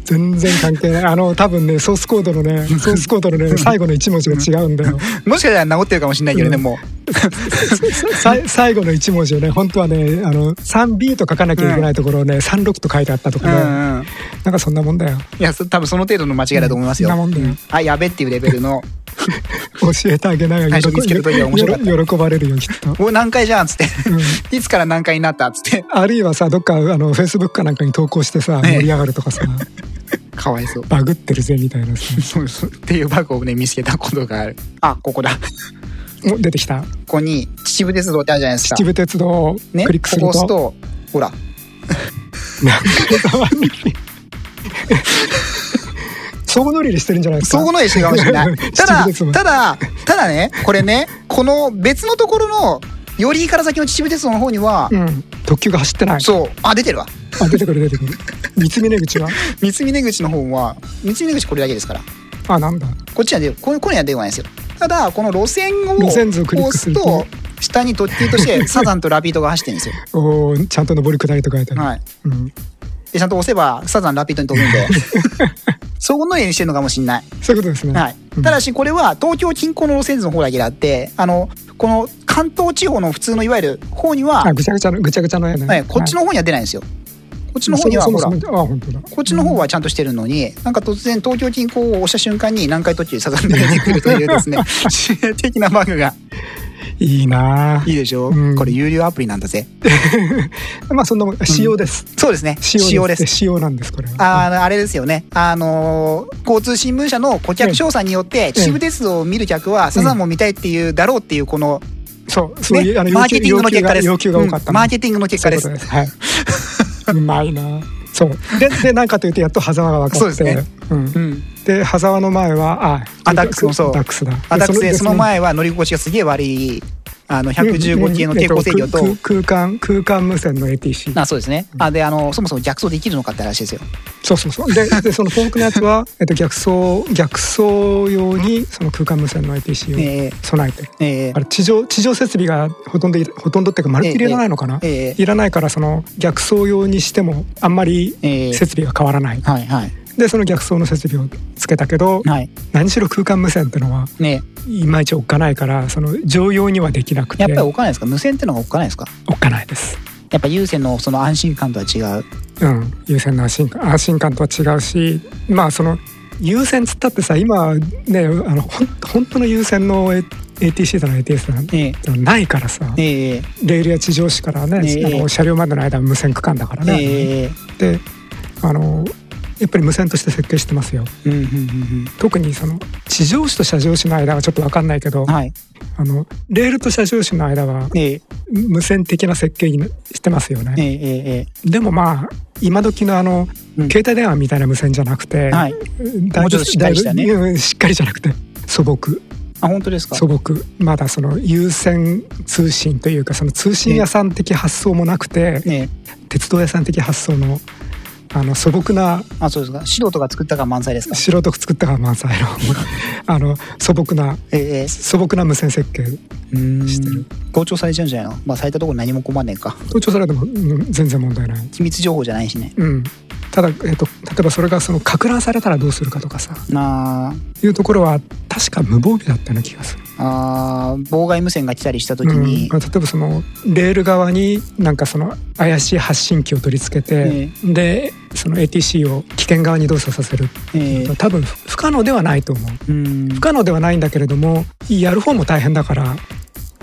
Speaker 4: 全然関係ないあの多分ねソースコードのねソースコードのね最後の1文字が違うんだよ
Speaker 3: もしかしたら治ってるかもしれないけどね、
Speaker 4: うん
Speaker 3: も
Speaker 4: さ最後の一文字をね本当はねあの 3B と書かなきゃいけないところをね、36と書いてあったと
Speaker 3: う、う
Speaker 4: かね、
Speaker 3: んうん、
Speaker 4: なんかそんなもんだよ
Speaker 3: いやそ多分その程度の間違いだと思いますよ、
Speaker 4: そんなもんだよ
Speaker 3: あやべっていうレベルの
Speaker 4: 教えてあげながら
Speaker 3: 最初見つけた時は面白かった
Speaker 4: 喜ばれるよきっと
Speaker 3: 「お何回じゃん」っつって
Speaker 4: う
Speaker 3: 「
Speaker 4: ん
Speaker 3: いつから何回になった」っつって
Speaker 4: あるいはさどっかあのフェイスブックかなんかに投稿してさ
Speaker 3: ええ
Speaker 4: 盛り上がると かさ、
Speaker 3: かわいそう
Speaker 4: バグってるぜみたいなさ
Speaker 3: そうそうっていうバッグをね見つけたことがあるあここだ
Speaker 4: お出てきた
Speaker 3: ここに秩父鉄道ってあるじゃないですか
Speaker 4: 秩父鉄道を
Speaker 3: ね
Speaker 4: クリックすると,、
Speaker 3: ここ押すとほら
Speaker 4: なんか 相互乗り入れしてるんじゃないですか
Speaker 3: 相互の絵してるかもしれない ただ
Speaker 4: 秩父鉄道
Speaker 3: ただただねこれねこの別のところのよりから先の秩父鉄道の方には、
Speaker 4: うん、特急が走ってない
Speaker 3: そうあ出てるわ
Speaker 4: あ出てくる出てくる三峰口は
Speaker 3: 三峰口の方は三峰口これだけですから
Speaker 4: あなんだ
Speaker 3: こっちには出るここには出てこないんですよただこの路線を
Speaker 4: 路線図をクリッ
Speaker 3: 押
Speaker 4: クす
Speaker 3: す
Speaker 4: ると
Speaker 3: と下に特急と してサザンとラピードが走ってるんですよ、
Speaker 4: おーちゃんと上り下りと書いてある、
Speaker 3: はい、
Speaker 4: うん、
Speaker 3: でちゃんと押せばサザンラピードに飛ぶん で相互の絵にしてるのかもしれない
Speaker 4: そういうことですね、
Speaker 3: はい
Speaker 4: うん、
Speaker 3: ただしこれは東京近郊の路線図の方だけであってあのこの関東地方の普通のいわゆる方には
Speaker 4: あ、ぐちゃぐちゃのぐちゃぐちゃのやね、
Speaker 3: はい、こっちの方には出ないんですよこっちの方には
Speaker 4: そも
Speaker 3: ほ
Speaker 4: そ
Speaker 3: ら
Speaker 4: もそもあ本当だ
Speaker 3: こっちの方はちゃんとしてるのに、なんか突然東京近郊を押した瞬間に南海途中サザンが出てくるというですね、致命的なバグが。
Speaker 4: いいなあ
Speaker 3: いいでしょ、
Speaker 4: うん
Speaker 3: これ有料アプリなんだぜ。
Speaker 4: まあそんなもん仕様です、
Speaker 3: そうですね。
Speaker 4: 仕様
Speaker 3: 使用です。
Speaker 4: 仕様なんですこれは
Speaker 3: あーあれですよね。あのー交通新聞社の顧客調査によって、秩父鉄道を見る客はサザンも見たいっていうだろうっていう、この、
Speaker 4: そうそういう、
Speaker 3: ね
Speaker 4: あの
Speaker 3: マーケティングの結果です。
Speaker 4: 要求が要求が多かった
Speaker 3: うんマーケティングの結果です。
Speaker 4: そういうことはい うまいなあそうででなんかというとやっと狭間が分かって
Speaker 3: そうですね
Speaker 4: うん
Speaker 3: うん、
Speaker 4: で狭間の前はあ
Speaker 3: アタックスのそう
Speaker 4: アタックスだ
Speaker 3: アタックスで、その
Speaker 4: 前
Speaker 3: 前は乗り心地がすげえ悪い、あの、115系の
Speaker 4: うんうん
Speaker 3: 抵抗制御と
Speaker 4: えっ、く空間空間無線の ATC
Speaker 3: あそうですね。あ、で、あの、そもそも逆走できるのかって話ですよ。
Speaker 4: そうそうそうででそのフォークのやつは、 えっと、逆走逆走用にその空間無線の ATC を
Speaker 3: え
Speaker 4: 備えて、
Speaker 3: ーえ
Speaker 4: あ
Speaker 3: ー
Speaker 4: れ地上地上設備がほとんどいほとんどっていうかまるっきりいらないのかな、
Speaker 3: ええええ
Speaker 4: いらないからその逆走用にしてもあんまり
Speaker 3: ええ
Speaker 4: 設備が変わらない、
Speaker 3: はいはい。
Speaker 4: でその逆走の設備をつけたけど、
Speaker 3: はい。
Speaker 4: 何しろ空間無線ってのは
Speaker 3: ね
Speaker 4: いまいちおっかないからその常用にはできなくて
Speaker 3: やっぱり置かないですか無線ってのが置かないですか
Speaker 4: おっかないです。
Speaker 3: やっぱ有線のその安心感とは違う。
Speaker 4: うん、優先の安心感安心感とは違うしまあその優先つったってさ今ねあのほん本当の優先のえ ATC だの ATS だの
Speaker 3: ええ
Speaker 4: ってのないからさ、
Speaker 3: ええ
Speaker 4: レールや地上紙からね、
Speaker 3: ええ
Speaker 4: あの車両までの間は無線区間だからね、
Speaker 3: ええ
Speaker 4: であのやっぱり無線として設計してますよ
Speaker 3: うんうんうん
Speaker 4: 特にその地上紙と車上紙の間はちょっと分かんないけど、
Speaker 3: うんはい
Speaker 4: あのレールと車上紙の間は
Speaker 3: ええ
Speaker 4: 無線的な設計にしてますよね、
Speaker 3: えええ
Speaker 4: でもまあ今時のあの、
Speaker 3: うん
Speaker 4: 携帯電話みたいな無線じゃなくて、
Speaker 3: えはい
Speaker 4: だいぶ
Speaker 3: もうちょっとしっかりしたね
Speaker 4: だいぶうんしっかりじゃなくて素朴
Speaker 3: あ本当ですか
Speaker 4: 素朴まだその有線通信というかその通信屋さん的発想もなくて、
Speaker 3: ねえ
Speaker 4: 鉄道屋さん的発想のあの素朴な
Speaker 3: あそうですか素人が作ったが満載ですか
Speaker 4: 素人作ったが満載 のあの素朴な
Speaker 3: ええ
Speaker 4: 素朴な無線設計
Speaker 3: うん
Speaker 4: してる
Speaker 3: 強調されちゃうんじゃないのまあされたところ何も困んねえか
Speaker 4: 盗聴されても、うん全然問題ない。
Speaker 3: 機密情報じゃないしね
Speaker 4: うんただ、えっと例えばそれがそのか乱されたらどうするかとかさ
Speaker 3: あー
Speaker 4: いうところは確か無防備だったような気がする。
Speaker 3: あー妨害無線が来たりした時に、
Speaker 4: うん、例えばそのレール側になんかその怪しい発信機を取り付けて、でその ATC を危険側に動作させる、
Speaker 3: ええ
Speaker 4: 多分不不可能ではないと思う
Speaker 3: うん
Speaker 4: 不可能ではないんだけれどもやる方も大変だから、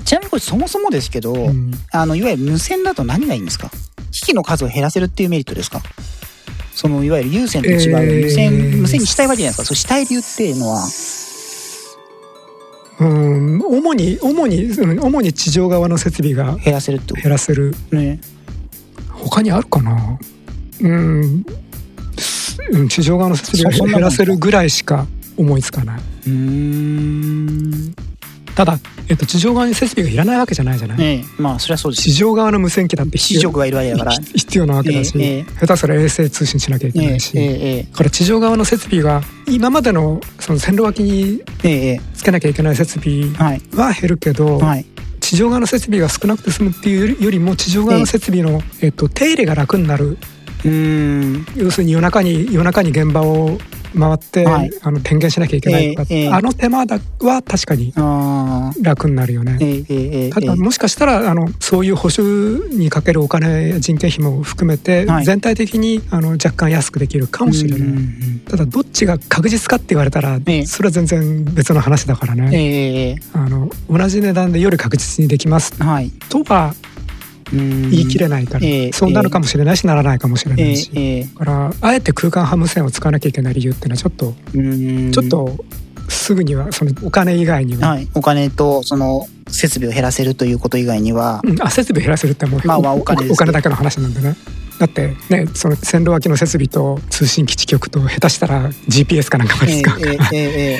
Speaker 3: ちなみにこれそもそもですけど、
Speaker 4: うん
Speaker 3: あのいわゆる無線だと何がいいんですか機器の数を減らせるっていうメリットですかそのいわゆる有線と違う、
Speaker 4: えー
Speaker 3: 無線無線にしたいわけじゃないですかそうしたい理由っていうのは
Speaker 4: うん、主に主にうん主に地上側の設備が
Speaker 3: 減らせるってこ
Speaker 4: 減らせる
Speaker 3: とね
Speaker 4: 他にあるかなうんすうん地上側の設備
Speaker 3: そそ
Speaker 4: が
Speaker 3: んなもん
Speaker 4: 減らせるぐらいしか思いつかないう
Speaker 3: ーん
Speaker 4: ただ、えっと、地上側に設備がいらないわけじゃないじゃない、
Speaker 3: ええまあそれはそうです
Speaker 4: 地
Speaker 3: よ
Speaker 4: 上側の無線機だって必
Speaker 3: 非
Speaker 4: 要
Speaker 3: 職がいるわけだから
Speaker 4: ひ必要なわけだし、
Speaker 3: ええええ
Speaker 4: 下手すら衛星通信しなきゃいけ
Speaker 3: え
Speaker 4: な
Speaker 3: え
Speaker 4: いし、
Speaker 3: ええ
Speaker 4: だから地上側の設備が今までのその線路脇に
Speaker 3: ええええ
Speaker 4: つけなきゃいけない設備
Speaker 3: はい
Speaker 4: は減るけど、
Speaker 3: はい
Speaker 4: 地上側の設備が少なくて済むっていうよりも地上側の設備の、えっと、手入れが楽になる
Speaker 3: うーん
Speaker 4: 要するに夜中に夜中に現場を回って、
Speaker 3: はい
Speaker 4: あの点検しなきゃいけないとか、
Speaker 3: ええええ
Speaker 4: あの手間だは確かに
Speaker 3: ああ
Speaker 4: 楽になるよね。
Speaker 3: ええええええ
Speaker 4: ただもしかしたらあのそういう補修にかけるお金人件費も含めて、
Speaker 3: はい
Speaker 4: 全体的にあの若干安くできるかもしれない、
Speaker 3: うんうん
Speaker 4: ただどっちが確実かって言われたら、
Speaker 3: ええ
Speaker 4: それは全然別の話だから
Speaker 3: うんえ
Speaker 4: ね、
Speaker 3: ええ
Speaker 4: あの同じ値段でより確実にできます
Speaker 3: えはい
Speaker 4: とは
Speaker 3: 言
Speaker 4: 言い切れないから、
Speaker 3: ええ
Speaker 4: そうなるかもしれないし、ならないかもしれな
Speaker 3: ええ
Speaker 4: いし、
Speaker 3: ええ
Speaker 4: だからあえて空間派無線を使わなきゃいけない理由っていうのはちょっと、
Speaker 3: うーん
Speaker 4: ちょっとすぐにはそのお金以外には、
Speaker 3: はい、お金とその設備を減らせるということ以外に は、
Speaker 4: うん、あ設備減らせるってもう、
Speaker 3: まあまあお金ですね
Speaker 4: おだけの話なんでねだってねその線路脇の設備と通信基地局と下手したら GPS かなんかまで
Speaker 3: え
Speaker 4: 使うか
Speaker 3: え
Speaker 4: ら、
Speaker 3: えええ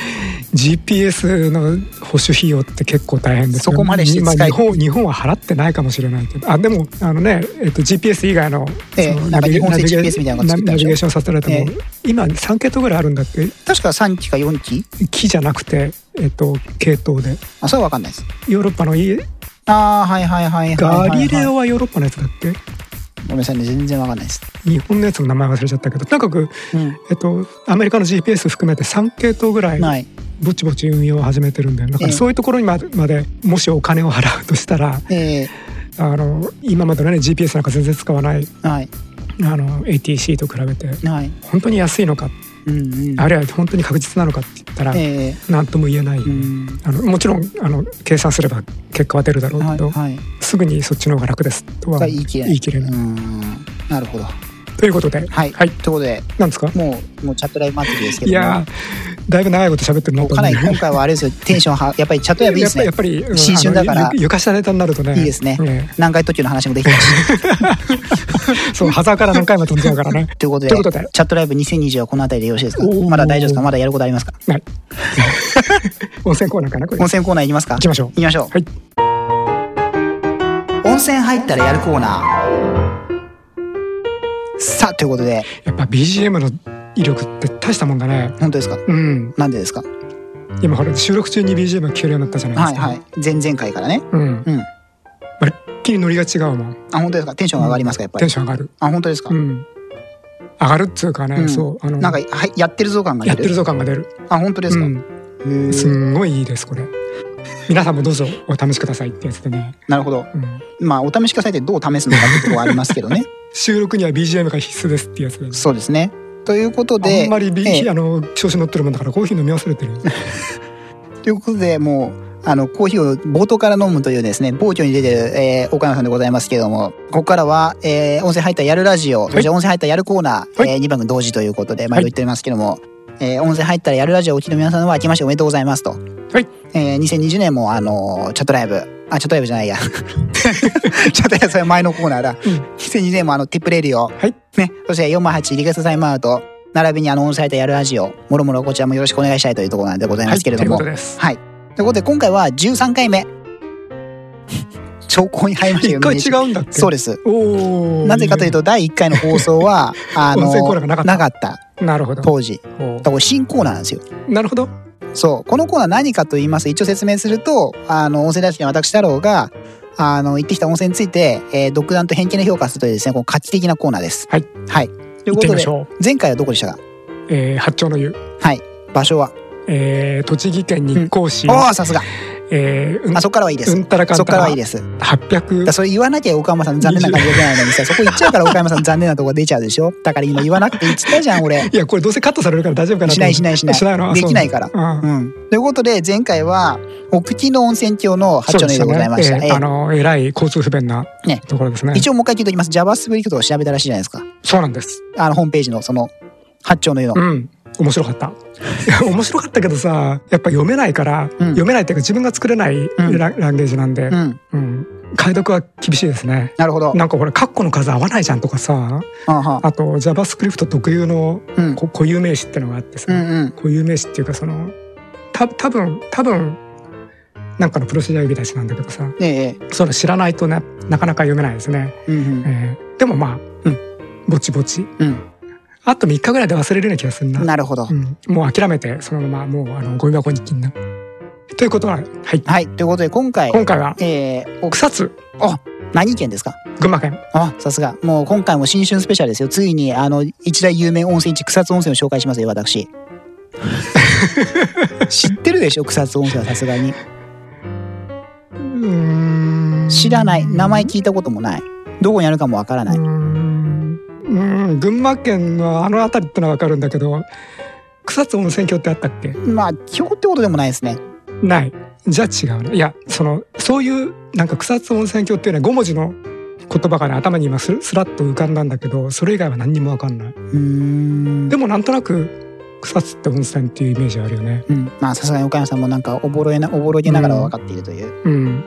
Speaker 4: GPS の保守費用って結構大変です
Speaker 3: そ
Speaker 4: よ
Speaker 3: こまでして使い
Speaker 4: まあ日本日本は払ってないかもしれないけどあでもあのね、えっと、GPS 以外の,、
Speaker 3: ええ
Speaker 4: その
Speaker 3: なんか日本製
Speaker 4: ナビゲ
Speaker 3: GPS みたいなのが
Speaker 4: ナ
Speaker 3: 作
Speaker 4: ビ
Speaker 3: ったでしょ
Speaker 4: ゲーションさせられても、今3系統ぐらいあるんだっけ
Speaker 3: え確か3機か4機
Speaker 4: 木じゃなくて、えっと、系統で
Speaker 3: あそれは分かんないです
Speaker 4: ヨーロッパのい
Speaker 3: ああはいはいはいはいはい、
Speaker 4: ガ
Speaker 3: はい、
Speaker 4: リレオはヨーロッパのやつだっけ
Speaker 3: ごめんなさいね全然分かんないです、
Speaker 4: 日本のやつの名前忘れちゃったけどとにかく
Speaker 3: うん、
Speaker 4: えっと、アメリカの GPS 含めて3系統ぐらい
Speaker 3: はい
Speaker 4: ぼちぼち運用を始めてるんだよだか
Speaker 3: え
Speaker 4: ら
Speaker 3: え
Speaker 4: そういうところにまでまでもしお金を払うとしたら
Speaker 3: ええ
Speaker 4: あの今までの、ね、GPS なんか全然使わない
Speaker 3: はい
Speaker 4: あの ATC と比べて
Speaker 3: はい
Speaker 4: 本当に安いのか
Speaker 3: うんうん
Speaker 4: あるいは本当に確実なのかって言ったら
Speaker 3: ええ
Speaker 4: 何とも言えない、
Speaker 3: うん
Speaker 4: あのもちろんあの計算すれば結果は出るだろう
Speaker 3: は
Speaker 4: け
Speaker 3: い
Speaker 4: ど、
Speaker 3: はい
Speaker 4: すぐにそっちの方が楽ですとは
Speaker 3: が言い切れない
Speaker 4: ないう
Speaker 3: ーんなるほど
Speaker 4: ということで、
Speaker 3: はい、
Speaker 4: はい、
Speaker 3: ということで
Speaker 4: なんですか
Speaker 3: もうもうチャットライブ祭りですけど
Speaker 4: いやーだいぶ長いこと喋ってるな
Speaker 3: もう
Speaker 4: と
Speaker 3: か
Speaker 4: 思
Speaker 3: な
Speaker 4: う
Speaker 3: り今回はあれですよテンションはやっぱりチャットライブいいですね
Speaker 4: やっぱりやっぱりうん
Speaker 3: 新春だから
Speaker 4: あのゆ床下ネタになるとね
Speaker 3: いいですね
Speaker 4: え
Speaker 3: 南海途中の話もできたし
Speaker 4: えそうハザーから何回も飛んじゃうからね
Speaker 3: ということで
Speaker 4: ということで
Speaker 3: チャットライブ2020はこの辺りでよろしいですか
Speaker 4: おー
Speaker 3: まだ大丈夫ですかまだやることありますか
Speaker 4: はい 温泉コーナーかなこれ
Speaker 3: 温泉コーナー行きますか
Speaker 4: 行きましょう
Speaker 3: 行きましょ
Speaker 4: はい、
Speaker 3: う温泉入ったらやるコーナーさあということで
Speaker 4: やっぱ BGM の威力って大したもんだね
Speaker 3: 本当ですか
Speaker 4: うん
Speaker 3: なんでですか
Speaker 4: 今ほら収録中に BGM が消えるようになったじゃない
Speaker 3: は
Speaker 4: で
Speaker 3: い
Speaker 4: すか
Speaker 3: はい前々回からね
Speaker 4: うん
Speaker 3: うん
Speaker 4: まるっきりノリが違うもん
Speaker 3: あ本当ですかテンション上がりますかやっぱ
Speaker 4: テ
Speaker 3: り
Speaker 4: ンション上がる
Speaker 3: あ本当ですか
Speaker 4: うん上がるっつうかね、
Speaker 3: うん
Speaker 4: そうあの
Speaker 3: なんかはいやってるぞ感が
Speaker 4: や
Speaker 3: 出
Speaker 4: ってるぞ感が出る
Speaker 3: あ本当ですか
Speaker 4: う
Speaker 3: へ
Speaker 4: んす
Speaker 3: ー
Speaker 4: んごいいいですこれ皆さんもどうぞお試しくださいってやつでね、
Speaker 3: なるほど
Speaker 4: うん、
Speaker 3: まあお試しくださいってどう試すのかってとこはありますけど ね
Speaker 4: 収録には BGM が必須ですってやつで
Speaker 3: そうですねということで
Speaker 4: あんまりビ、
Speaker 3: ええ
Speaker 4: あの調子乗ってるもんだからコーヒー飲み忘れてる
Speaker 3: ということでもうあの、コーヒーを冒頭から飲むというですね、暴挙に出てる、えー岡山さんでございますけれども、ここからは、えー、温泉入ったやるラジオ、そして温泉入ったやるコーナー、
Speaker 4: はい
Speaker 3: えー、2番同時ということで、
Speaker 4: は
Speaker 3: 毎
Speaker 4: い
Speaker 3: 度言っておりますけども、えー温泉入ったらやるラジオをお聞きの皆さんは、明けましておめでとうございますと。
Speaker 4: はい。
Speaker 3: えー、2020年も、あのーチャットライブ、あ、チャットライブじゃないや。 チャットライブ、それ前のコーナーだ。2020年も、あの、ティップレディオ、
Speaker 4: はい。
Speaker 3: ね、そして408リクエストタイムアウト、並びにあの、オンサイトやるラジオ、もろもろこちらもよろしくお願いしたいというところなんでございますけれども。
Speaker 4: はい
Speaker 3: は
Speaker 4: ということ
Speaker 3: い。
Speaker 4: です。
Speaker 3: ということで、今回は13回目。兆候に入りました
Speaker 4: 一
Speaker 3: よね。
Speaker 4: 回違うんだっけ
Speaker 3: そうです。
Speaker 4: おお。
Speaker 3: なぜかというと、第1回の放送 は、あ
Speaker 4: 温
Speaker 3: の
Speaker 4: 泉コーナーがなかったなるほど。
Speaker 3: 当時。だ
Speaker 4: お
Speaker 3: からこれ新コーナーなんですよ。
Speaker 4: ーなるほど。
Speaker 3: そう。このコーナー何かと言いますと、一応説明すると、あの、温泉大好きな私太郎が、あの、行ってきた温泉について、えー独断と偏見で評価するというですね、この画期的なコーナーです。
Speaker 4: はい。
Speaker 3: はい。という
Speaker 4: 行っ
Speaker 3: こ
Speaker 4: てみ
Speaker 3: と
Speaker 4: ま
Speaker 3: で
Speaker 4: し、ょ
Speaker 3: 前回はどこでしたか
Speaker 4: う。えー、八丁の湯。
Speaker 3: はい。場所は。
Speaker 4: えー、栃木県日光市。
Speaker 3: おお、さすが。
Speaker 4: えー、うん
Speaker 3: あ、そっからはいいで
Speaker 4: う
Speaker 3: す。
Speaker 4: んたらかんたら。
Speaker 3: そっからはいい
Speaker 4: で
Speaker 3: です。だか
Speaker 4: 800
Speaker 3: ら。それ言わなきゃ岡山さん残念な感じ出ないのに さ、そこ言っちゃうから岡山さん残念なとこ出ちゃうでしょ。だから今言わなくていいっつったじゃん、俺。
Speaker 4: いや、これどうせカットされるから大丈夫かな
Speaker 3: しないしないしない
Speaker 4: しないのあ
Speaker 3: できない
Speaker 4: そう
Speaker 3: から。
Speaker 4: うん
Speaker 3: うん。ということで、前回は、奥地の温泉郷の八丁目でございまし
Speaker 4: そ
Speaker 3: た。
Speaker 4: うでね
Speaker 3: え
Speaker 4: えーあ
Speaker 3: え
Speaker 4: の、えらい交通不便な
Speaker 3: ね
Speaker 4: ところですね。
Speaker 3: 一応もう一回聞いておきます。Java スプリクトを調べたらしいじゃないですか。
Speaker 4: そうなんです。
Speaker 3: あの、ホームページの、その、八丁の湯の
Speaker 4: う。ん。面白かった。いや面白かったけどさ、やっぱ読めないから、
Speaker 3: うん
Speaker 4: 読めないっていうか自分が作れない
Speaker 3: ん
Speaker 4: ラ,、ランゲージなんで、
Speaker 3: うん。
Speaker 4: うん解読は厳しいですね。
Speaker 3: なるほど。
Speaker 4: なんかほら、カッコの数合わないじゃんとかさ、
Speaker 3: はんはん
Speaker 4: あと JavaScript 特有の
Speaker 3: うん。
Speaker 4: こ固有名詞ってのがあってさ、
Speaker 3: うんうん。
Speaker 4: 固有名詞っていうかその、た多分多分なんかのプロシジャー呼び出しなんだけどさ、
Speaker 3: ええ。
Speaker 4: それ知らないとね、なかなか読めないですね。
Speaker 3: うんうん。
Speaker 4: えーでもまあ、
Speaker 3: うん
Speaker 4: ぼちぼち。
Speaker 3: うん。
Speaker 4: あと3日ぐらいで忘れるような気がするな。
Speaker 3: なるほど
Speaker 4: う。ん、もう諦めて、そのままもうあのゴミ箱に金な。ということは、はい。
Speaker 3: はい。ということで、今回、
Speaker 4: 今回は、
Speaker 3: えー、奥さん
Speaker 4: 草津、
Speaker 3: 何県ですか
Speaker 4: 群馬県。
Speaker 3: あ、さすが。もう今回も新春スペシャルですよ。ついに、あの、一大有名温泉地、草津温泉を紹介しますよ、 私。知ってるでしょ、草津温泉はさすがに。
Speaker 4: うーん
Speaker 3: 知らない。名前聞いたこともない。どこにあるかもわからな
Speaker 4: う
Speaker 3: い
Speaker 4: ー。んうーん群馬県のあの辺りってのはわかるんだけど、草津温泉郷ってあったっけ
Speaker 3: まあ、今日ってことでもないですね。
Speaker 4: ない。じゃあ違うね。いや、その、そういう、なんか草津温泉郷っていうのは5文字の言葉がね、頭に今すすらっと浮かんだんだけど、それ以外は何にもわかんな
Speaker 3: う
Speaker 4: い。
Speaker 3: ーん。
Speaker 4: でもなんとなく、草津って温泉っていうイメージあるよね。
Speaker 3: うん。まあ、さすがに岡山さんもなんか、おぼろげな、おぼろげながら分かっているという。
Speaker 4: うん。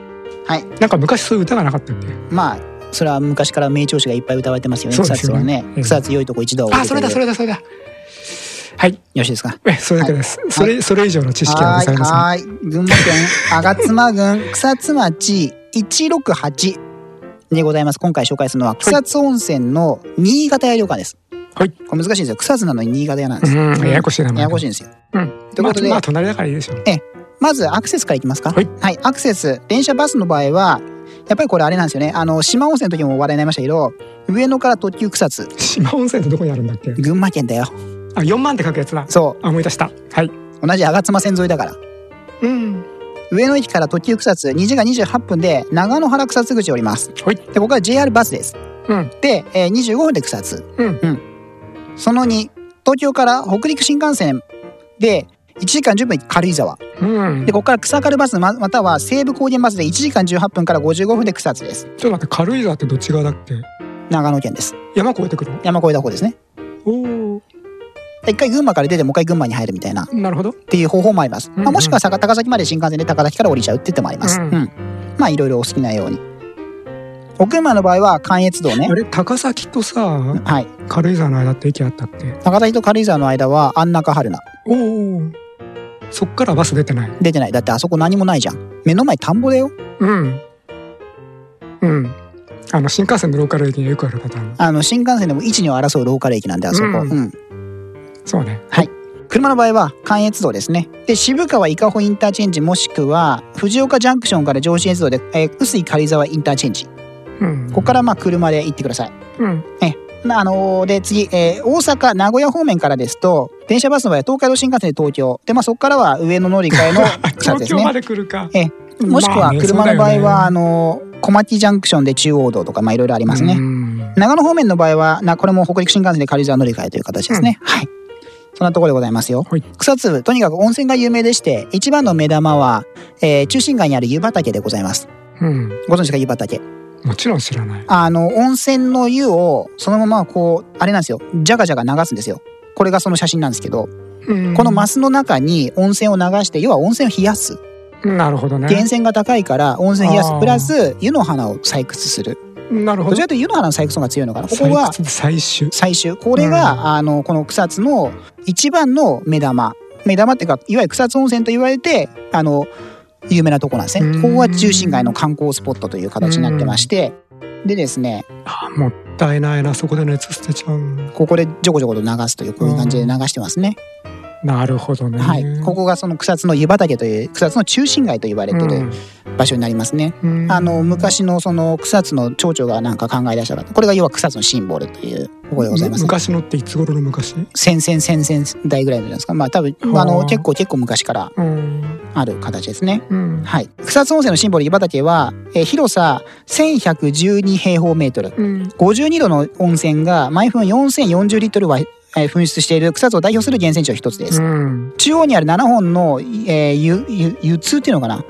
Speaker 3: はい。
Speaker 4: なんか昔そういう歌がなかったっけ
Speaker 3: まあ、それは昔から名調子がいっぱい歌われてますよね、
Speaker 4: そう
Speaker 3: 草
Speaker 4: です
Speaker 3: 津
Speaker 4: よ
Speaker 3: は
Speaker 4: ね
Speaker 3: ね。草津良いとこ一度は
Speaker 4: あ、それだ、そ
Speaker 3: れ。
Speaker 4: れだ、それだ。はい。
Speaker 3: よろしいですか
Speaker 4: え、それだけです。それ、それ以上の知識はございません。
Speaker 3: はい、はい群馬県吾妻郡草津町168でございます。今回紹介するのは草津温泉の新潟屋旅館です。
Speaker 4: はい。
Speaker 3: これ難しいんですよ。草津なのに新潟屋なんです。
Speaker 4: うん、ややこしいな。
Speaker 3: ややこしい
Speaker 4: い。
Speaker 3: んですよ。
Speaker 4: うん。
Speaker 3: という
Speaker 4: ま
Speaker 3: こ
Speaker 4: あ
Speaker 3: とで、
Speaker 4: まあ、隣だからいいでしょう。
Speaker 3: まずアクセスからいきますか。
Speaker 4: はい。
Speaker 3: アクセス、電車バスの場合は、やっぱりこれあれなんですよね。あの、島温泉の時も話題になりましたけど、上野から特急草津、
Speaker 4: 島温泉ってどこにあるんだっけ
Speaker 3: 群馬県だよ。
Speaker 4: あ、4万って書くやつだ。
Speaker 3: そ
Speaker 4: あ、思い出した。はい。
Speaker 3: う。同じ吾妻線沿いだから。
Speaker 4: うん。
Speaker 3: 上野駅から特急草津、2時間28分で、長野原草津口を降ります。
Speaker 4: はい。
Speaker 3: で、ここは JR バスです。
Speaker 4: うん。
Speaker 3: で、えー、25分で草津。
Speaker 4: うん。
Speaker 3: その2、東京から北陸新幹線で1時間10分軽井沢。
Speaker 4: うん。
Speaker 3: で、ここから草軽バスままたは西武高原バスで1時間18分から55分で草津です。
Speaker 4: ちょっと待って、軽井沢ってどっち側だっけ
Speaker 3: 長野県です。
Speaker 4: 山越えてくるの
Speaker 3: 山越えた方ですね。
Speaker 4: おお。
Speaker 3: で一回群馬から出てもう一回群馬に入るみたいなっ
Speaker 4: なるほど。
Speaker 3: ていう方法もあります。
Speaker 4: うんうん
Speaker 3: まあ、もしくはさか高崎まで新幹線で高崎から降りちゃうって手もあります。う、
Speaker 4: うんん
Speaker 3: まあいろいろお好きなように。奥馬の場合は関越道ね
Speaker 4: あ。れ、高崎とさ、
Speaker 3: はい。
Speaker 4: 軽井沢の間って駅あったっけ
Speaker 3: 高崎と軽井沢の間は安中春菜。
Speaker 4: おお。そっからバス出てない。
Speaker 3: 出てない。だってあそこ何もないじゃん。目の前田んぼだよ。
Speaker 4: うん。うん。あの、新幹線のローカル駅によくあるパターン。
Speaker 3: あの新幹線でも位置に争うローカル駅なんであそこ、
Speaker 4: うん
Speaker 3: うん
Speaker 4: そうね。
Speaker 3: 車の場合は関越道ですねで渋川伊香保インターチェンジもしくは藤岡ジャンクションから上信越道で、えー、臼井軽井沢インターチェンジこ
Speaker 4: うん。
Speaker 3: こからまあ車で行ってください
Speaker 4: うん。
Speaker 3: なあのーで次、えー大阪名古屋方面からですと電車バスの場合は東海道新幹線で東京で、まあ、そこからは上野乗り 換えの草津で
Speaker 4: 東
Speaker 3: す
Speaker 4: 京ま
Speaker 3: ね
Speaker 4: で来るか。
Speaker 3: ええもしくは車の場合は、あのー小牧ジャンクションで中央道とかまあいろいろありますね、
Speaker 4: うん
Speaker 3: 長野方面の場合はなこれも北陸新幹線で軽井沢乗り換えという形ですね、はいそんなところでございますよ。
Speaker 4: はい
Speaker 3: 草津部とにかく温泉が有名でして一番の目玉は、えー中心街にある湯畑でございます
Speaker 4: うん
Speaker 3: ご存知か湯畑
Speaker 4: もちろん知らない
Speaker 3: あの温泉の湯をそのままこうあれなんですよジャガジャガ流すんですよこれがその写真なんですけど、
Speaker 4: うん
Speaker 3: このマスの中に温泉を流して要は温泉を冷やす
Speaker 4: なるほどね
Speaker 3: 源泉が高いから温泉冷やす
Speaker 4: あー
Speaker 3: プラス湯の花を採掘する
Speaker 4: なるほ
Speaker 3: どち
Speaker 4: ど
Speaker 3: らかというと湯の花の採掘の方が強いのかなここは
Speaker 4: 採掘採取
Speaker 3: 最終これが、
Speaker 4: うん
Speaker 3: あのこの草津の一番の目玉目玉っていうかいわゆる草津温泉と言われてあの有名なとこなんです
Speaker 4: う
Speaker 3: ね
Speaker 4: ん
Speaker 3: ここが中心街の観光スポットという形になってましてでですね
Speaker 4: あもったいないなそこで熱捨てちゃう
Speaker 3: ここでジョコジョコと流すというこういう感じで流してますね、
Speaker 4: なるほどね
Speaker 3: はいここがその草津の湯畑という草津の中心街と言われてる場所になりますね、
Speaker 4: うんうん
Speaker 3: あの昔のその草津の町長がなんか考え出したかったこれが要は草津のシンボルというところでございますね
Speaker 4: 昔のっていつ頃の昔
Speaker 3: 戦々戦々代ぐらいのじゃないですかまあ多分あ
Speaker 4: は
Speaker 3: の
Speaker 4: あ
Speaker 3: 結構結構昔から
Speaker 4: うん
Speaker 3: ある形ですね。
Speaker 4: うん
Speaker 3: はい、草津温泉のシンボル湯畑は、えー広さ1112平方メートル
Speaker 4: うん
Speaker 3: 52度の温泉が毎分4040リットルは、えー噴出している草津を代表する源泉地の一つです、
Speaker 4: うん
Speaker 3: 中央にある7本の、えー、ゆゆ湯通っていうのかな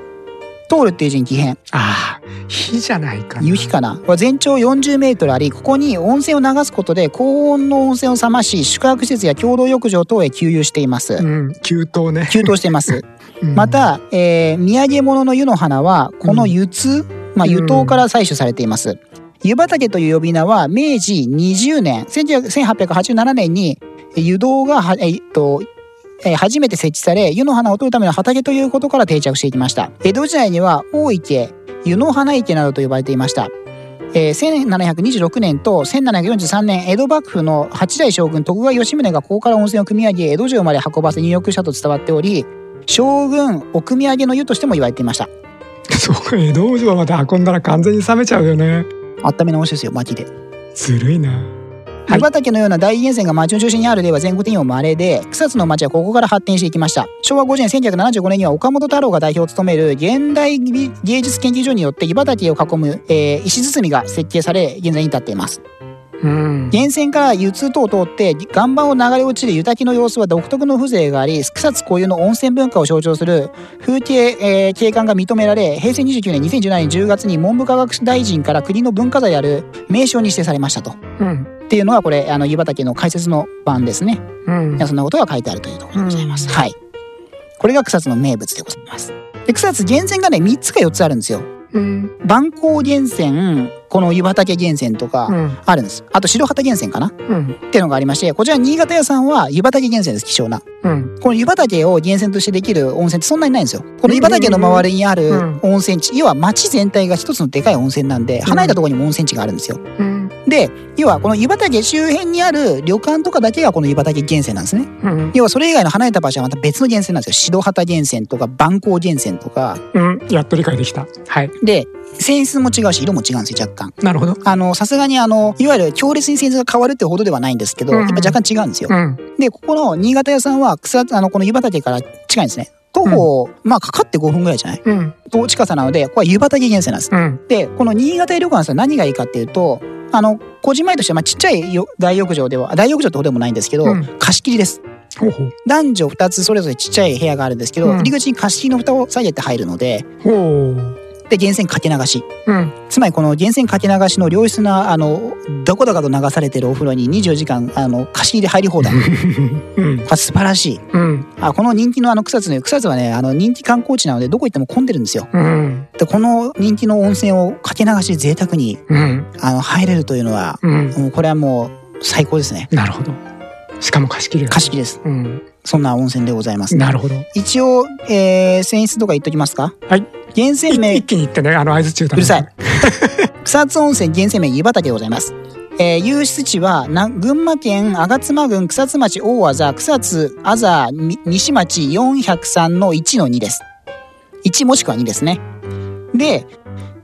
Speaker 3: 通るっていう字に奇変
Speaker 4: ああ火じゃないかな
Speaker 3: 夕日かなは全長40メートルありここに温泉を流すことで高温の温泉を冷まし宿泊施設や共同浴場等へ給油しています、
Speaker 4: うん給湯ね
Speaker 3: 給湯してい ます
Speaker 4: うん
Speaker 3: また、えー土産物の湯の花はこの湯通、まあ、
Speaker 4: うん
Speaker 3: 湯湯から採取されています、湯畑という呼び名は明治20年1887年にえー湯道がは、えーえっとえー初めて設置され湯の花を取るための畑ということから定着していきました江戸時代には大池湯の花池などと呼ばれていました、えー1726年と1743年江戸幕府の8代将軍徳川吉宗がここから温泉を汲み上げ江戸城まで運ばせ入浴したと伝わっており将軍お汲み上げの湯としても言われていました
Speaker 4: そこ江戸城まで運んだら完全に冷めちゃうよね
Speaker 3: 温め直しですよマジで
Speaker 4: ずるいなは
Speaker 3: 湯
Speaker 4: い
Speaker 3: 畑のような大源泉が町の中心にある例は全国的にも稀で草津の町はここから発展していきました昭和5年1975年には岡本太郎が代表を務める現代美芸術研究所によって湯畑を囲む、えー石包みが設計され現在に至っています
Speaker 4: うん
Speaker 3: 源泉から湯通等を通って岩盤を流れ落ちる湯滝の様子は独特の風情があり草津固有の温泉文化を象徴する風景、えー景観が認められ平成29年2017年10月に文部科学大臣から国の文化財である名称に指定されましたと。
Speaker 4: うん
Speaker 3: っていうのがこれあの湯畑の解説の版ですね。
Speaker 4: うん
Speaker 3: いやそんなことが書いてあるというところでございます。はい。これが草津の名物でございます。で草津源泉がね3つか4つあるんですよ。
Speaker 4: うん
Speaker 3: 万光源泉この湯畑源泉と
Speaker 4: う
Speaker 3: か
Speaker 4: ん
Speaker 3: あるんです。あと白旗源泉かな。
Speaker 4: うん
Speaker 3: っていうのがありまして、こちら新潟屋さんは湯畑源泉です、希少な。
Speaker 4: うん
Speaker 3: この湯畑を源泉としてできる温泉ってそんなにないんですよ。この湯畑の周りにある
Speaker 4: うん
Speaker 3: 温泉地、要は町全体が一つのでかい温泉なんで、離れたところにも温泉地があるんですよ。
Speaker 4: うん
Speaker 3: で、要はこの湯畑周辺にある旅館とかだけがこの湯畑源泉なんですね。
Speaker 4: うん
Speaker 3: 要はそれ以外の離れた場所はまた別の源泉なんですよ。白旗源泉とか万光源泉とか。
Speaker 4: うんやっと理解できたはい
Speaker 3: で、泉質も違うし、色も違うんですよ、若干。
Speaker 4: なるほど
Speaker 3: あの、さすがにあの、いわゆる強烈に泉質が変わるってほどではないんですけど、
Speaker 4: うん
Speaker 3: やっぱ若干違うんですよ
Speaker 4: う。ん
Speaker 3: で、ここの新潟屋さんは草、あの、この湯畑から近いんですね。徒歩、まあ、かかって5分ぐらいじゃない
Speaker 4: うん
Speaker 3: と近さなので、ここは湯畑源泉なんです。
Speaker 4: うん
Speaker 3: で、この新潟屋旅館さん何がいいかっていうと、あの、こじまりとしては、まあ、ちっちゃいよ大浴場では、大浴場ってほどでもないんですけど、
Speaker 4: うん
Speaker 3: 貸し切りです。
Speaker 4: ほうほう
Speaker 3: 男女2つそれぞれちっちゃい部屋があるんですけど、
Speaker 4: うん
Speaker 3: 入り口に貸し切りの蓋を下げて入るので、
Speaker 4: ほう
Speaker 3: で、源泉かけ流し。
Speaker 4: うん
Speaker 3: つまりこの源泉かけ流しの良質な、あの、どこだかと流されてるお風呂に24時間、あの、貸し切り入り 放題。こ
Speaker 4: うん
Speaker 3: れ素晴らしい。
Speaker 4: うん
Speaker 3: あこの人気のあの草津の湯草津はねあの人気観光地なのでどこ行っても混んでるんですよ
Speaker 4: うん
Speaker 3: でこの人気の温泉をかけ流しで贅沢に
Speaker 4: うん
Speaker 3: あの入れるというのは
Speaker 4: うん
Speaker 3: もうこれはもう最高ですね
Speaker 4: なるほどしかも貸し切りだ
Speaker 3: 貸し切りです
Speaker 4: うん
Speaker 3: そんな温泉でございます
Speaker 4: なるほど
Speaker 3: 一応、えー、泉質とか言っときますか
Speaker 4: はい
Speaker 3: 源泉
Speaker 4: い
Speaker 3: 名
Speaker 4: 一気に言ってねあの合図中だ
Speaker 3: うるさい 草津温泉源泉名湯畑でございますえー、湧出地はな群馬県吾妻郡草津町大和座草津あざみ西町403の1の2です1もしくは2ですねで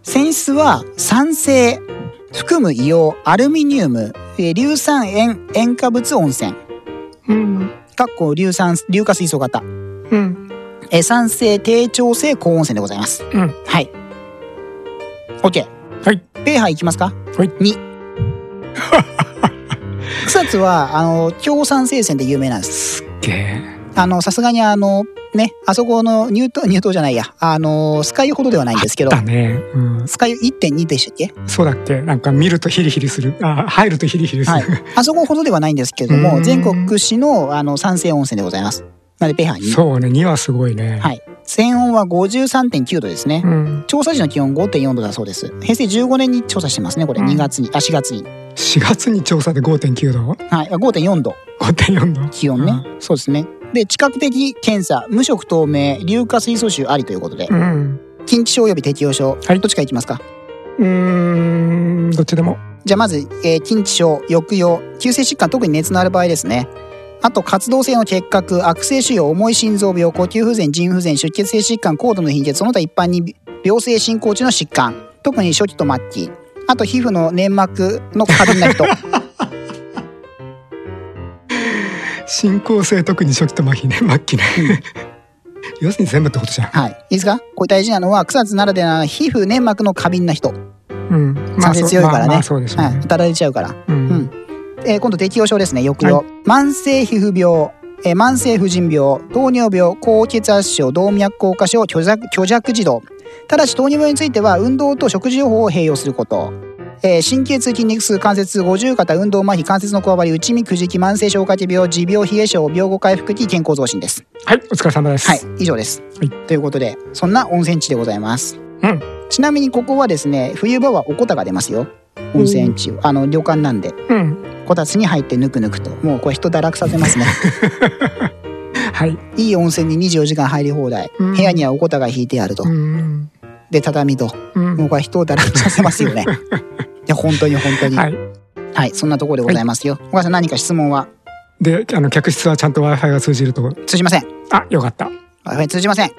Speaker 3: 泉質は酸性含む硫黄アルミニウム、えー硫酸塩塩化物温泉
Speaker 4: うん
Speaker 3: かっこ硫酸硫化水素型、
Speaker 4: うん
Speaker 3: えー酸性低調性高温泉でございます
Speaker 4: うん
Speaker 3: はい OK
Speaker 4: はい
Speaker 3: ペーハーいきますか
Speaker 4: はい
Speaker 3: に草津は、あの、共産聖戦で有名なんです。
Speaker 4: げえ
Speaker 3: あの、さすがにあの、ね、あそこの入湯、入湯じゃないや、あの、スカイほどではないんですけど、
Speaker 4: だね、うん、
Speaker 3: スカイ1.2でしたっけ
Speaker 4: そうだっけなんか見るとヒリヒリするあ入るとヒリヒリする、
Speaker 3: はいあそこほどではないんですけれど
Speaker 4: うー
Speaker 3: も、
Speaker 4: ん
Speaker 3: 全国屈指の、あの、酸性温泉でございます。なので、ペハに。
Speaker 4: そうね2はすごいね、
Speaker 3: はい。泉温は53.9度ですね。
Speaker 4: うん、
Speaker 3: 調査時の気温5.4度だそうです。平成15年に調査してますね、これ。
Speaker 4: うん
Speaker 3: 2月に、あ、4月に。
Speaker 4: 4月に調査で5.9度
Speaker 3: はい。あ5.4度、
Speaker 4: 5.4度
Speaker 3: 気温ね。そうですね。で、知覚的検査、無色透明、硫化水素臭ありということで、
Speaker 4: うん
Speaker 3: 近畿症及び適応症、
Speaker 4: はい
Speaker 3: どっちからいきますか
Speaker 4: うーんどっちでも
Speaker 3: じゃあまず、えー近畿症、抑揚、急性疾患、特に熱のある場合ですね。あと、活動性の結核、悪性腫瘍、重い心臓病、呼吸不全、腎不全、出血性疾患、高度の貧血、その他一般に病性進行中の疾患、特に初期と末期。あと、皮膚の粘膜の過敏な人。
Speaker 4: 進行性特に初期と末期ね末期ね 要するに全部ってことじゃん
Speaker 3: はい。いいですかこれ大事なのは、草津ならではの皮膚粘膜の過敏な人。は
Speaker 4: うん
Speaker 3: 酸性強いからね
Speaker 4: まあまあそうでしょう
Speaker 3: い。
Speaker 4: ね、
Speaker 3: 働いちゃうから。
Speaker 4: うん
Speaker 3: うんえー今度、適応症ですね。抑揚。慢性皮膚病。えー慢性婦人病、糖尿病、高血圧症、動脈硬化症、虚弱虚弱児童。ただし、糖尿病については、運動と食事療法を併用すること。えー神経痛、筋肉痛、関節痛、五十肩、運動麻痺、関節のこわばり、内身、くじき、慢性消化器病、持病、冷え症、病後回復期、健康増進です。
Speaker 4: はいお疲れ様です、
Speaker 3: はい、以上です。
Speaker 4: はい
Speaker 3: ということで、そんな温泉地でございます。
Speaker 4: うん
Speaker 3: ちなみにここはですね、冬場はおこたが出ますよ。温泉地、あの旅館なんで、
Speaker 4: うん
Speaker 3: こたつに入ってぬくぬくと、もうこれ人堕落させます ね。
Speaker 4: はい
Speaker 3: いい温泉に24時間入り放題、
Speaker 4: うん
Speaker 3: 部屋にはおこたが引いてあると、
Speaker 4: うん
Speaker 3: で畳と、
Speaker 4: うん
Speaker 3: もうこれ人を堕落させます よね。いや本当に本当に、は、
Speaker 4: はいい
Speaker 3: そんなところでございますよ。お母さん何か質問は
Speaker 4: であの客室はちゃんと w i f i が通じるとこ
Speaker 3: 通じません。
Speaker 4: あよかった
Speaker 3: はい通じません。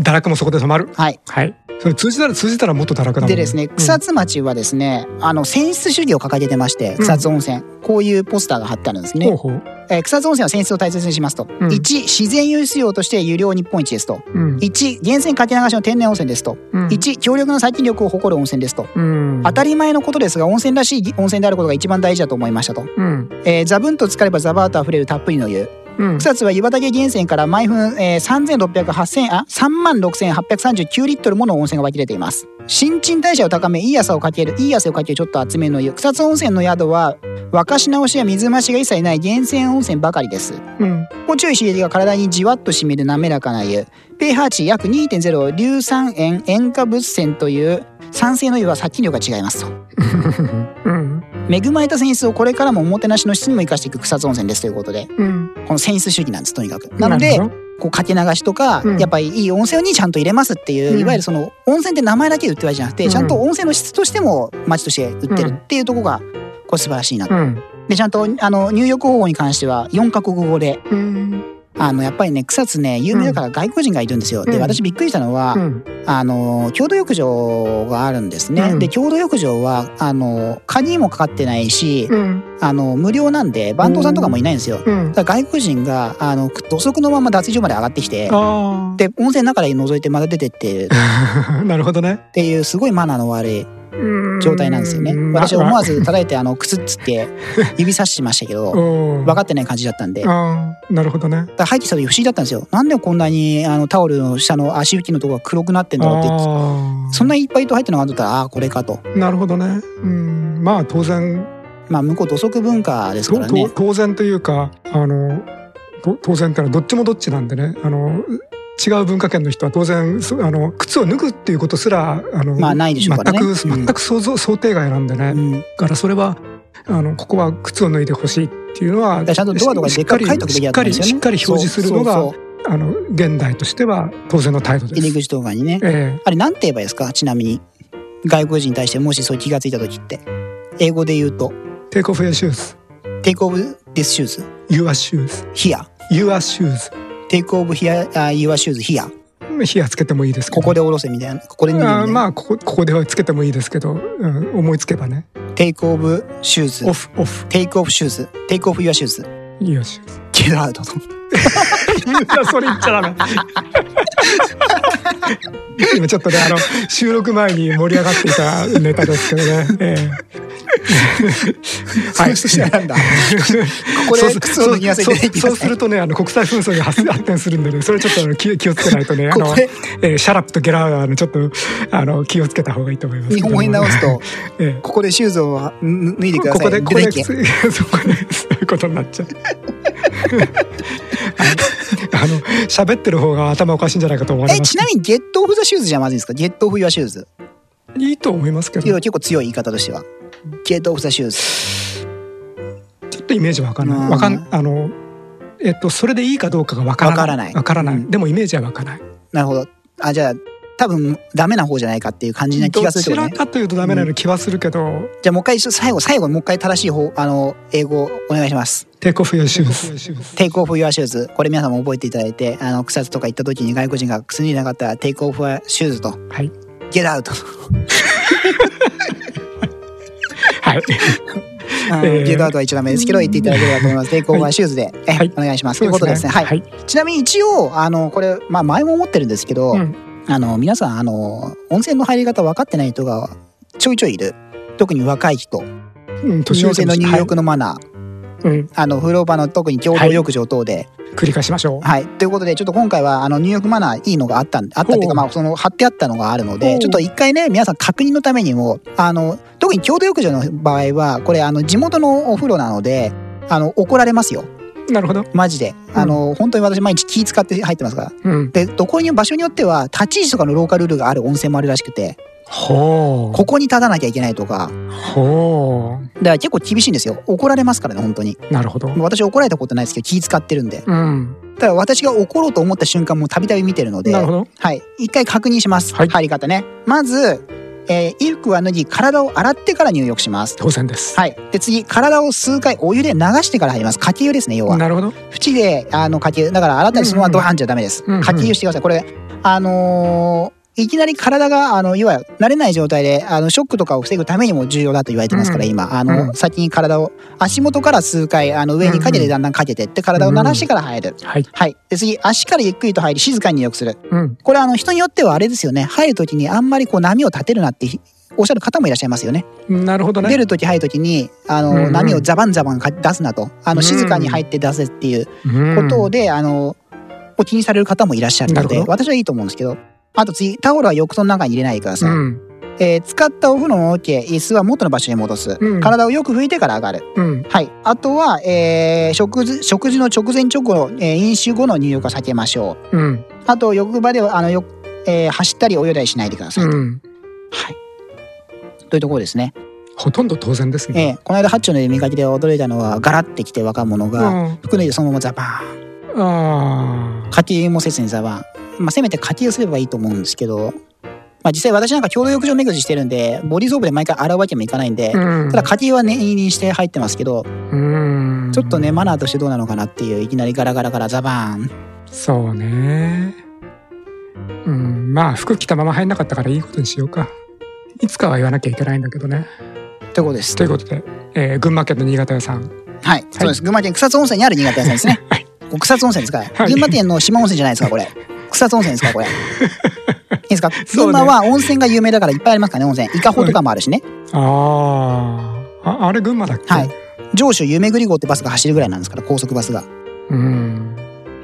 Speaker 4: 堕落もそこで止まる
Speaker 3: はい。
Speaker 4: はいそれ通じたら通じたらもっと堕落だもん
Speaker 3: でですね、草津町はですね、あの、泉質主義を掲げてまして、草津温泉、こういうポスターが貼ってあるんです
Speaker 4: うん、
Speaker 3: ね。
Speaker 4: ほうほう
Speaker 3: えー草津温泉は泉質を大切にしますと。
Speaker 4: うん
Speaker 3: 1、自然湧出量として有料日本一ですと。
Speaker 4: うん
Speaker 3: 1、源泉かけ流しの天然温泉ですと。
Speaker 4: うん
Speaker 3: 1、強力な殺菌力を誇る温泉ですと。
Speaker 4: うん
Speaker 3: 当たり前のことですが、温泉らしい温泉であることが一番大事だと思いましたと。
Speaker 4: うん
Speaker 3: えー、ザブンと浸かればザバーと溢れるたっぷりの湯。
Speaker 4: うん
Speaker 3: 草津は湯畑源泉から毎分、えー、3600、8000あ36,839リットルもの温泉が湧き出ています。新陳代謝を高め、いい朝をかける、いい汗をかけるちょっと厚めの湯。草津温泉の宿は、沸かし直しや水増しが一切ない源泉温泉ばかりです。
Speaker 4: うん
Speaker 3: ご注意刺激が体にじわっと染みる滑らかな湯。pH 値約2.0硫酸塩塩化物泉という酸性の湯は殺菌量が違いますと。
Speaker 4: うん
Speaker 3: 恵まれた泉質をこれからもおもてなしの質にも生かしていく草津温泉ですということで、
Speaker 4: うん
Speaker 3: この泉質主義なんです、とにかく。なので
Speaker 4: る、ほど
Speaker 3: こうかけ流しとか、
Speaker 4: うん
Speaker 3: やっぱりいい温泉にちゃんと入れますっていう、
Speaker 4: うん
Speaker 3: いわゆるその温泉って名前だけで売ってるわけじゃなくて、
Speaker 4: うん
Speaker 3: ちゃんと温泉の質としても町として売ってるっていうところがこう素晴らしいなと、
Speaker 4: うん
Speaker 3: でちゃんとあの入浴方法に関しては4カ国語で
Speaker 4: うん
Speaker 3: あのやっぱりね草津ね有名だから外国人がいるんですよ、
Speaker 4: うん
Speaker 3: で私びっくりしたのは、
Speaker 4: うん
Speaker 3: あの共同浴場があるんですね、
Speaker 4: うん
Speaker 3: で共同浴場はあの鍵もかかってないし、
Speaker 4: うん
Speaker 3: あの無料なんで番頭さんとかもいないんですよ、
Speaker 4: うん
Speaker 3: だから外国人があの土足のまま脱衣所まで上がってきて
Speaker 4: あ
Speaker 3: で温泉の中で覗いてまた出てってっ
Speaker 4: あ なるほどね
Speaker 3: ていうすごいマナーの悪い
Speaker 4: うん
Speaker 3: 状態なんですよね
Speaker 4: ま
Speaker 3: 私は思わず
Speaker 4: ま
Speaker 3: 叩いてあのくすっつって指さしてましたけど
Speaker 4: お
Speaker 3: 分
Speaker 4: か
Speaker 3: かってない感じだったんでだか
Speaker 4: ああなるほどね
Speaker 3: ら入ってきた時不思議だったんですよなんでこんなにあのタオルの下の足拭きのとこが黒くなってんだろうって
Speaker 4: ああ
Speaker 3: そんないっぱい糸入ってるのがあったらああーこれかと
Speaker 4: なるほどねうんまあ当然
Speaker 3: まあ向こう土足文化ですから
Speaker 4: と
Speaker 3: ね
Speaker 4: と当然というかあのと当然ってのはどっちもどっちなんでねあの違う文化圏の人は当然そあの靴を脱ぐっていうことすらあの、
Speaker 3: まあないでしょうからね
Speaker 4: 全く
Speaker 3: うん
Speaker 4: 全く想像、想定外なんでね、
Speaker 3: う
Speaker 4: だ
Speaker 3: ん、だ
Speaker 4: からそれはあのここは靴を脱いでほしいっていうのは
Speaker 3: からちゃんとドアとかで
Speaker 4: し
Speaker 3: で
Speaker 4: っ
Speaker 3: っかく
Speaker 4: かり
Speaker 3: 書いておくべき
Speaker 4: し
Speaker 3: だ
Speaker 4: っ
Speaker 3: った
Speaker 4: か
Speaker 3: んで
Speaker 4: り
Speaker 3: すよね
Speaker 4: しっかり表示するのが
Speaker 3: そうそうそう
Speaker 4: あの現代としては当然の態度で
Speaker 3: 入り
Speaker 4: す。
Speaker 3: 口とかにね
Speaker 4: え
Speaker 3: あれなんて言えばいいですかちなみに外国人に対してもしそう気がついた時って英語で言うと
Speaker 4: え、テイクオフ your shoes,
Speaker 3: 「Take off this shoes
Speaker 4: your shoes,
Speaker 3: here」
Speaker 4: your shoes.
Speaker 3: 「Take off here, uh, your shoes here」
Speaker 4: 火はつけてもいいですけど
Speaker 3: ここで下ろせみたいな、ここで脱げみた
Speaker 4: あ
Speaker 3: い
Speaker 4: ー
Speaker 3: な。
Speaker 4: まあここここではつけてもいいですけど、うん、思いつけばね
Speaker 3: テイクオブシュー
Speaker 4: オ
Speaker 3: ズ、
Speaker 4: フオフ
Speaker 3: テイクオフシューズ、テイクオフユアシューズ、
Speaker 4: よし
Speaker 3: ゲッアウト。
Speaker 4: それ言っちゃダ メ今ちょっとねあの収録前に盛り上がっていたネタですけどね、ええ
Speaker 3: そういう人 なんだ。ここ
Speaker 4: そう
Speaker 3: です靴を脱ぎ忘れて
Speaker 4: そう
Speaker 3: ないでく
Speaker 4: そ
Speaker 3: だ
Speaker 4: うそうす
Speaker 3: さい
Speaker 4: るとねあの国際紛争 が発生発展するんでねそれちょっとあの気気をつけないとねあの
Speaker 3: これ、
Speaker 4: えーシャラップとゲラーはあのちょっとあの気をつけた方がいいと思います
Speaker 3: 日本語に直すと、
Speaker 4: ええ
Speaker 3: ここでシューズをはん脱いでください。
Speaker 4: ここでここ
Speaker 3: 出
Speaker 4: で
Speaker 3: てけ
Speaker 4: 靴そこで そういうことになっ ちゃうあのあの喋ってる方が頭おかしいんじゃないかと思われ
Speaker 3: え、
Speaker 4: ます
Speaker 3: ちなみにゲットオフザシューズじゃまずいんですかゲットオフユアシューズ。
Speaker 4: いいと思いますけ
Speaker 3: っていうの
Speaker 4: ど
Speaker 3: は結構強い言い方としては。ゲットオフザシューズ。
Speaker 4: ちょっとイメージわかん
Speaker 3: う
Speaker 4: なんいわかんあのえっとそれでいいかどうかがわからない
Speaker 3: わからない
Speaker 4: わからない
Speaker 3: うん
Speaker 4: でもイメージはわからない
Speaker 3: なるほど。あ、じゃあ、多分ダメな方じゃないかっていう感じな気
Speaker 4: ど
Speaker 3: がするけ
Speaker 4: ち
Speaker 3: ど
Speaker 4: ら
Speaker 3: ね。
Speaker 4: かというとダメなような気はするけど、
Speaker 3: じゃあもう一回、最後、最後、もう一回正しい方、あの、英語お願いします。
Speaker 4: テイクオフ用シューズ
Speaker 3: Take off your shoes。これ皆さんも覚えていただいて、あの、草津とか行った時に外国人が靴脱いでなかったら、Take off your shoes と、
Speaker 4: はい。
Speaker 3: Get out と、
Speaker 4: はい。
Speaker 3: あの
Speaker 4: えー
Speaker 3: Get out は一番目ですけど、言っていただければと思います。Take off your shoes で、え
Speaker 4: はい
Speaker 3: お願いします。ということですね。はい。
Speaker 4: はい。
Speaker 3: ちなみに一応、あの、これ、まあ前も思ってるんですけど、
Speaker 4: うん。
Speaker 3: あの、皆さん、あの、温泉の入り方分かってない人がちょいちょいいる。特に若い人。
Speaker 4: うん
Speaker 3: 年寄
Speaker 4: 年寄
Speaker 3: り
Speaker 4: り
Speaker 3: の
Speaker 4: の
Speaker 3: 入
Speaker 4: 入
Speaker 3: 浴のマナー、
Speaker 4: うん。
Speaker 3: あの風呂場の特に共同浴場等で、
Speaker 4: 繰り返しましょう。
Speaker 3: はいということでちょっと今回はあの入浴マナーいいのがあったんあったっていう
Speaker 4: ほ
Speaker 3: か
Speaker 4: う
Speaker 3: まあその貼ってあったのがあるの
Speaker 4: ほ
Speaker 3: で
Speaker 4: う
Speaker 3: ちょっと一回ね皆さん確認のためにもあの特に共同浴場の場合はこれあの地元のお風呂なのであの怒られますよ
Speaker 4: なるほど。
Speaker 3: マジであの、本当に私毎日気使って入ってますから
Speaker 4: うん。
Speaker 3: でどこに場所によっては立ち位置とかのローカルルールがある温泉もあるらしくて
Speaker 4: ほ
Speaker 3: ここに立たなきゃいけないとか
Speaker 4: う。ほ
Speaker 3: だから結構厳しいんですよ怒られますからね本当に
Speaker 4: う。なるほど。
Speaker 3: 私怒られたことないですけど気使ってるんで
Speaker 4: うん。
Speaker 3: ただ私が怒ろうと思った瞬間もたびたび見てるので、
Speaker 4: なるほ
Speaker 3: は
Speaker 4: ど。
Speaker 3: い、一回確認します。
Speaker 4: はい
Speaker 3: 入り方ね。まず、えー衣服は脱ぎ、体を洗ってから入浴します。
Speaker 4: 当然です。
Speaker 3: はい。で、次、体を数回お湯で流してから入ります。かけ湯ですね、要は。
Speaker 4: なるほど。
Speaker 3: 縁で、あの、かけ湯。だから、洗ったりそのままドハンじゃダメです
Speaker 4: うんう。ん
Speaker 3: かけ湯してください。これ、あのーいきなり体が、あの、いわゆる慣れない状態で、あの、ショックとかを防ぐためにも重要だと言われてますから、
Speaker 4: うん
Speaker 3: 今。あの、
Speaker 4: うん
Speaker 3: 先に体を、足元から数回、あの、上にかけてだんだんかけてって、体を慣らしてから入る。
Speaker 4: はい。
Speaker 3: はい。で、次、足からゆっくりと入り、静かに入浴する。
Speaker 4: うん。
Speaker 3: これ、あの、人によってはあれですよね。入るときにあんまりこう、波を立てるなってひおっしゃる方もいらっしゃいますよね。
Speaker 4: なるほど
Speaker 3: 出
Speaker 4: ね。
Speaker 3: るとき入るときに、あの、
Speaker 4: うんうん
Speaker 3: 波をザバンザバンか出すなと。あ
Speaker 4: う
Speaker 3: の、
Speaker 4: ん
Speaker 3: 静かに入って出せっていう
Speaker 4: うん
Speaker 3: ことで、あの、お気にされる方もいらっしゃるの
Speaker 4: な
Speaker 3: で、
Speaker 4: るほど
Speaker 3: 私はいいと思うんですけど。あと次、タオルは浴槽の中に入れないでくだ
Speaker 4: う
Speaker 3: さい。
Speaker 4: ん。
Speaker 3: えー使ったお風呂の桶、椅子は元の場所に戻す。
Speaker 4: うん
Speaker 3: 体をよく拭いてから上がる。
Speaker 4: うん。
Speaker 3: はい。あとは、えー食事、食事の直前直後、えー飲酒後の入浴は避けましょう。
Speaker 4: うん。
Speaker 3: あと、浴場では、あの、よ、えー走ったり泳いだりしないでください。
Speaker 4: うん。
Speaker 3: というところですね。
Speaker 4: ほとんど当然です
Speaker 3: え
Speaker 4: ね。
Speaker 3: ーこの間、八丁の見かけで驚いたのは、ガラってきて若者
Speaker 4: う
Speaker 3: が、
Speaker 4: ん。
Speaker 3: 服脱いでそのままザバーン。
Speaker 4: あ
Speaker 3: 課金もせずにザバーン。まあ、せめて課金をすればいいと思うんですけど、まあ、実際私なんか共同浴場巡りしてるんで、ボディーソープで毎回洗うわけにもいかないんで、
Speaker 4: あ。うん。
Speaker 3: ただ、課金は念入りにして入ってますけど、
Speaker 4: うん。
Speaker 3: ちょっとね、。マナーとしてどうなのかなっていう、いきなりガラガラガラザバーン。
Speaker 4: そうね。うん、まあ服着たまま入んなかったからいいことにしようか。いつかは言わなきゃいけないんだけどね。
Speaker 3: ということです。
Speaker 4: ということで、えー群馬県の新潟屋さん。
Speaker 3: はい、そうです。群馬県草津温泉にある新潟屋さんです ね。ここ草津温泉ですから。
Speaker 4: はい
Speaker 3: 群馬県の島温泉じゃないですか、こ れ。草津温泉ですか、これ。いい ですか、
Speaker 4: そう
Speaker 3: 群
Speaker 4: ね
Speaker 3: 馬は温泉が有名だからいっぱいありますからね、温泉。伊香保とかもあるしね。
Speaker 4: あーあ、あれ群馬だっけ、
Speaker 3: はい。上州夢ぐり号ってバスが走るぐらいなんですから、高速バスが。
Speaker 4: うん。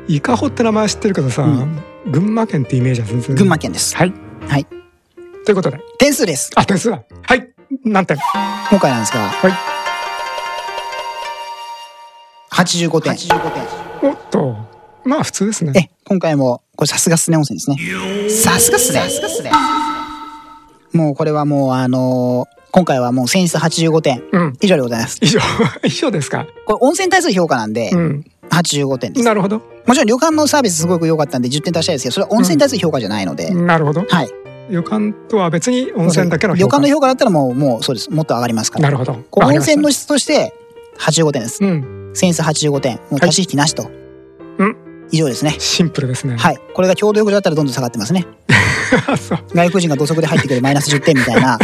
Speaker 4: 伊香保って名前知ってるけどさ、
Speaker 3: うん
Speaker 4: 群馬県ってイメージは全然。
Speaker 3: 群馬県です。
Speaker 4: はい。
Speaker 3: はい。
Speaker 4: ということで、
Speaker 3: 点数です。
Speaker 4: あ、点数だ。はい。何点
Speaker 3: 今回なんですが。
Speaker 4: はい
Speaker 3: 85点。
Speaker 4: おっと。まあ普通ですね。
Speaker 3: え、今回も、これさすがっすね温泉ですね。さすがっすね。もうこれはもう、あのー今回はもう選出85点。
Speaker 4: うん。
Speaker 3: 以上でございます。
Speaker 4: 以上、 以上ですか。
Speaker 3: これ温泉に対する評価なんで、
Speaker 4: うん。
Speaker 3: 85点です。
Speaker 4: なるほど。
Speaker 3: もちろん旅館のサービスすごく良かったんで10点足したいですけど、それは温泉に対する評価じゃないので、
Speaker 4: なるほど。
Speaker 3: はい。
Speaker 4: 旅館とは別に温泉だけの
Speaker 3: 旅
Speaker 4: 評価。
Speaker 3: 館の評価だったらもう、もうそうです。もっと上がりますから。
Speaker 4: なるほど。
Speaker 3: こう
Speaker 4: わ
Speaker 3: 温
Speaker 4: かりました
Speaker 3: 泉の質として85点です。
Speaker 4: うん。
Speaker 3: センス85点。もう足し引きなしと。
Speaker 4: ん
Speaker 3: 以上ですね。
Speaker 4: シンプルですね。
Speaker 3: はい。これが共同浴場だったらどんどん下がってますね。
Speaker 4: そう
Speaker 3: 外国人が土足で入ってくるマイナス10点みたい な。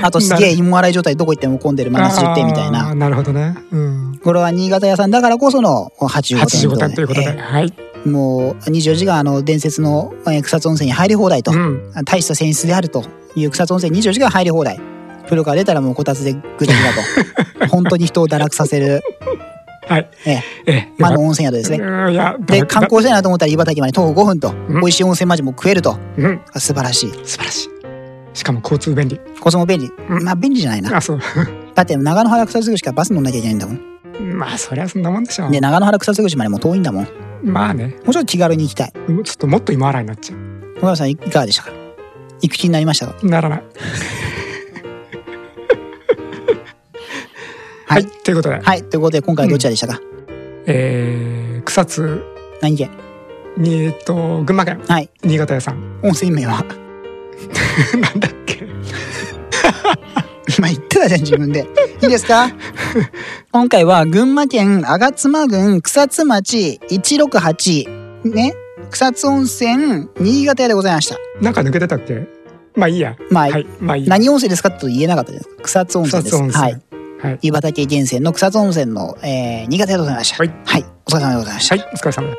Speaker 3: あとすげえ芋洗い状態どこ行っても混んでるマイナス10点みたい
Speaker 4: あー
Speaker 3: な。
Speaker 4: なるほどね。うん。
Speaker 3: これは新潟屋さんだからこその85点
Speaker 4: 85点ということで。
Speaker 3: ええ
Speaker 4: はい。
Speaker 3: もう24時間あの伝説のえー草津温泉に入り放題と、
Speaker 4: うん。
Speaker 3: 大した泉質であるという草津温泉24時間入り放題風呂から出たらもうこたつでぐちゃぐちゃと。本当に人を堕落させる、
Speaker 4: はい。
Speaker 3: ええ、
Speaker 4: ええ、
Speaker 3: 魔の温泉宿ですね。
Speaker 4: うんいや、
Speaker 3: で、
Speaker 4: だ
Speaker 3: 観光したいなと思ったら湯畑まで徒歩5分と、
Speaker 4: ん
Speaker 3: 美味しい温泉マジも食えると。
Speaker 4: だうん、
Speaker 3: あ素晴らしい。
Speaker 4: 素晴らしい。しかも交通便利。
Speaker 3: こそも便利。
Speaker 4: うん
Speaker 3: まあ便利じゃないな。
Speaker 4: あ、そう。
Speaker 3: だって長野原草津口からバス乗んなきゃいけないんだもん。
Speaker 4: まあ、そりゃそんなもんでしょう。
Speaker 3: で、長野原草津口までも遠いんだもん。も
Speaker 4: まあね、
Speaker 3: うちょっと気軽に行きたい。
Speaker 4: もうちょっともっと今洗いになっちゃう。
Speaker 3: 小川さんいかがでしたか行く気になりましたか
Speaker 4: ならない。
Speaker 3: は
Speaker 4: はいい、ということで、
Speaker 3: はい。ということで、今回はどちらでしたか、
Speaker 4: えー、草津
Speaker 3: 何県
Speaker 4: に、えっと、群馬県、
Speaker 3: はい。
Speaker 4: 新潟屋さん。
Speaker 3: 温泉名は
Speaker 4: なんだっけ
Speaker 3: 今言ってたじゃん、自分で。いいです か今回は、群馬県吾妻郡草津町168、ね、草津温泉、新潟屋でございました。
Speaker 4: なんか抜けてたっけまあいいや。
Speaker 3: まあ
Speaker 4: はい、まあいい。
Speaker 3: 何温泉ですかと言えなかったです。草津温泉で
Speaker 4: 草津
Speaker 3: す。
Speaker 4: 温泉。
Speaker 3: は
Speaker 4: はいい。。
Speaker 3: 湯畑源泉の草津温泉の、えー、新潟屋でございました。
Speaker 4: はい
Speaker 3: はい。お疲れ様でございました。
Speaker 4: はい、お疲れ様です。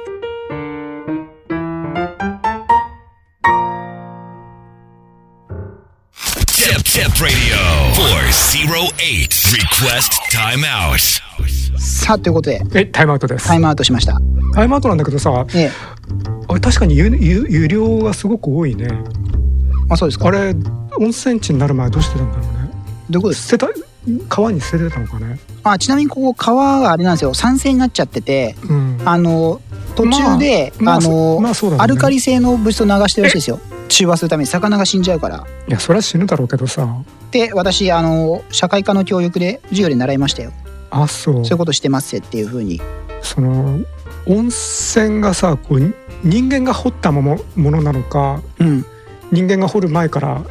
Speaker 1: Tip Tip Radio 408. Request timeout.
Speaker 3: さあ、ということで、
Speaker 4: え、タイムアウトです。
Speaker 3: タイムアウトしました。
Speaker 4: タイムアウトなんだけどさ、
Speaker 3: ええ。
Speaker 4: あれ確かに湯湯湯量がすごく多いね。
Speaker 3: あ、そうですか。
Speaker 4: あれ、温泉地になる前どうしてたんだろうね。
Speaker 3: どういうことですか
Speaker 4: 捨てた、川に捨ててたのかね。
Speaker 3: あちなみにここ川があれなんですよ酸性になっちゃってて
Speaker 4: うん。
Speaker 3: あの途中で、
Speaker 4: まあま
Speaker 3: あ
Speaker 4: あ
Speaker 3: の、
Speaker 4: そまあそうだろうね
Speaker 3: アルカリ性の物質を流してるらしいですよ中和するために魚が死んじゃうから
Speaker 4: いや、それは死ぬだろうけどさ。
Speaker 3: で私あの社会科の教育で授業で習いましたよ
Speaker 4: あ、そう。
Speaker 3: そういうことしてますっていうふうに
Speaker 4: その温泉がさこうに人間が掘ったものものなのか
Speaker 3: うん
Speaker 4: 人間が掘る前から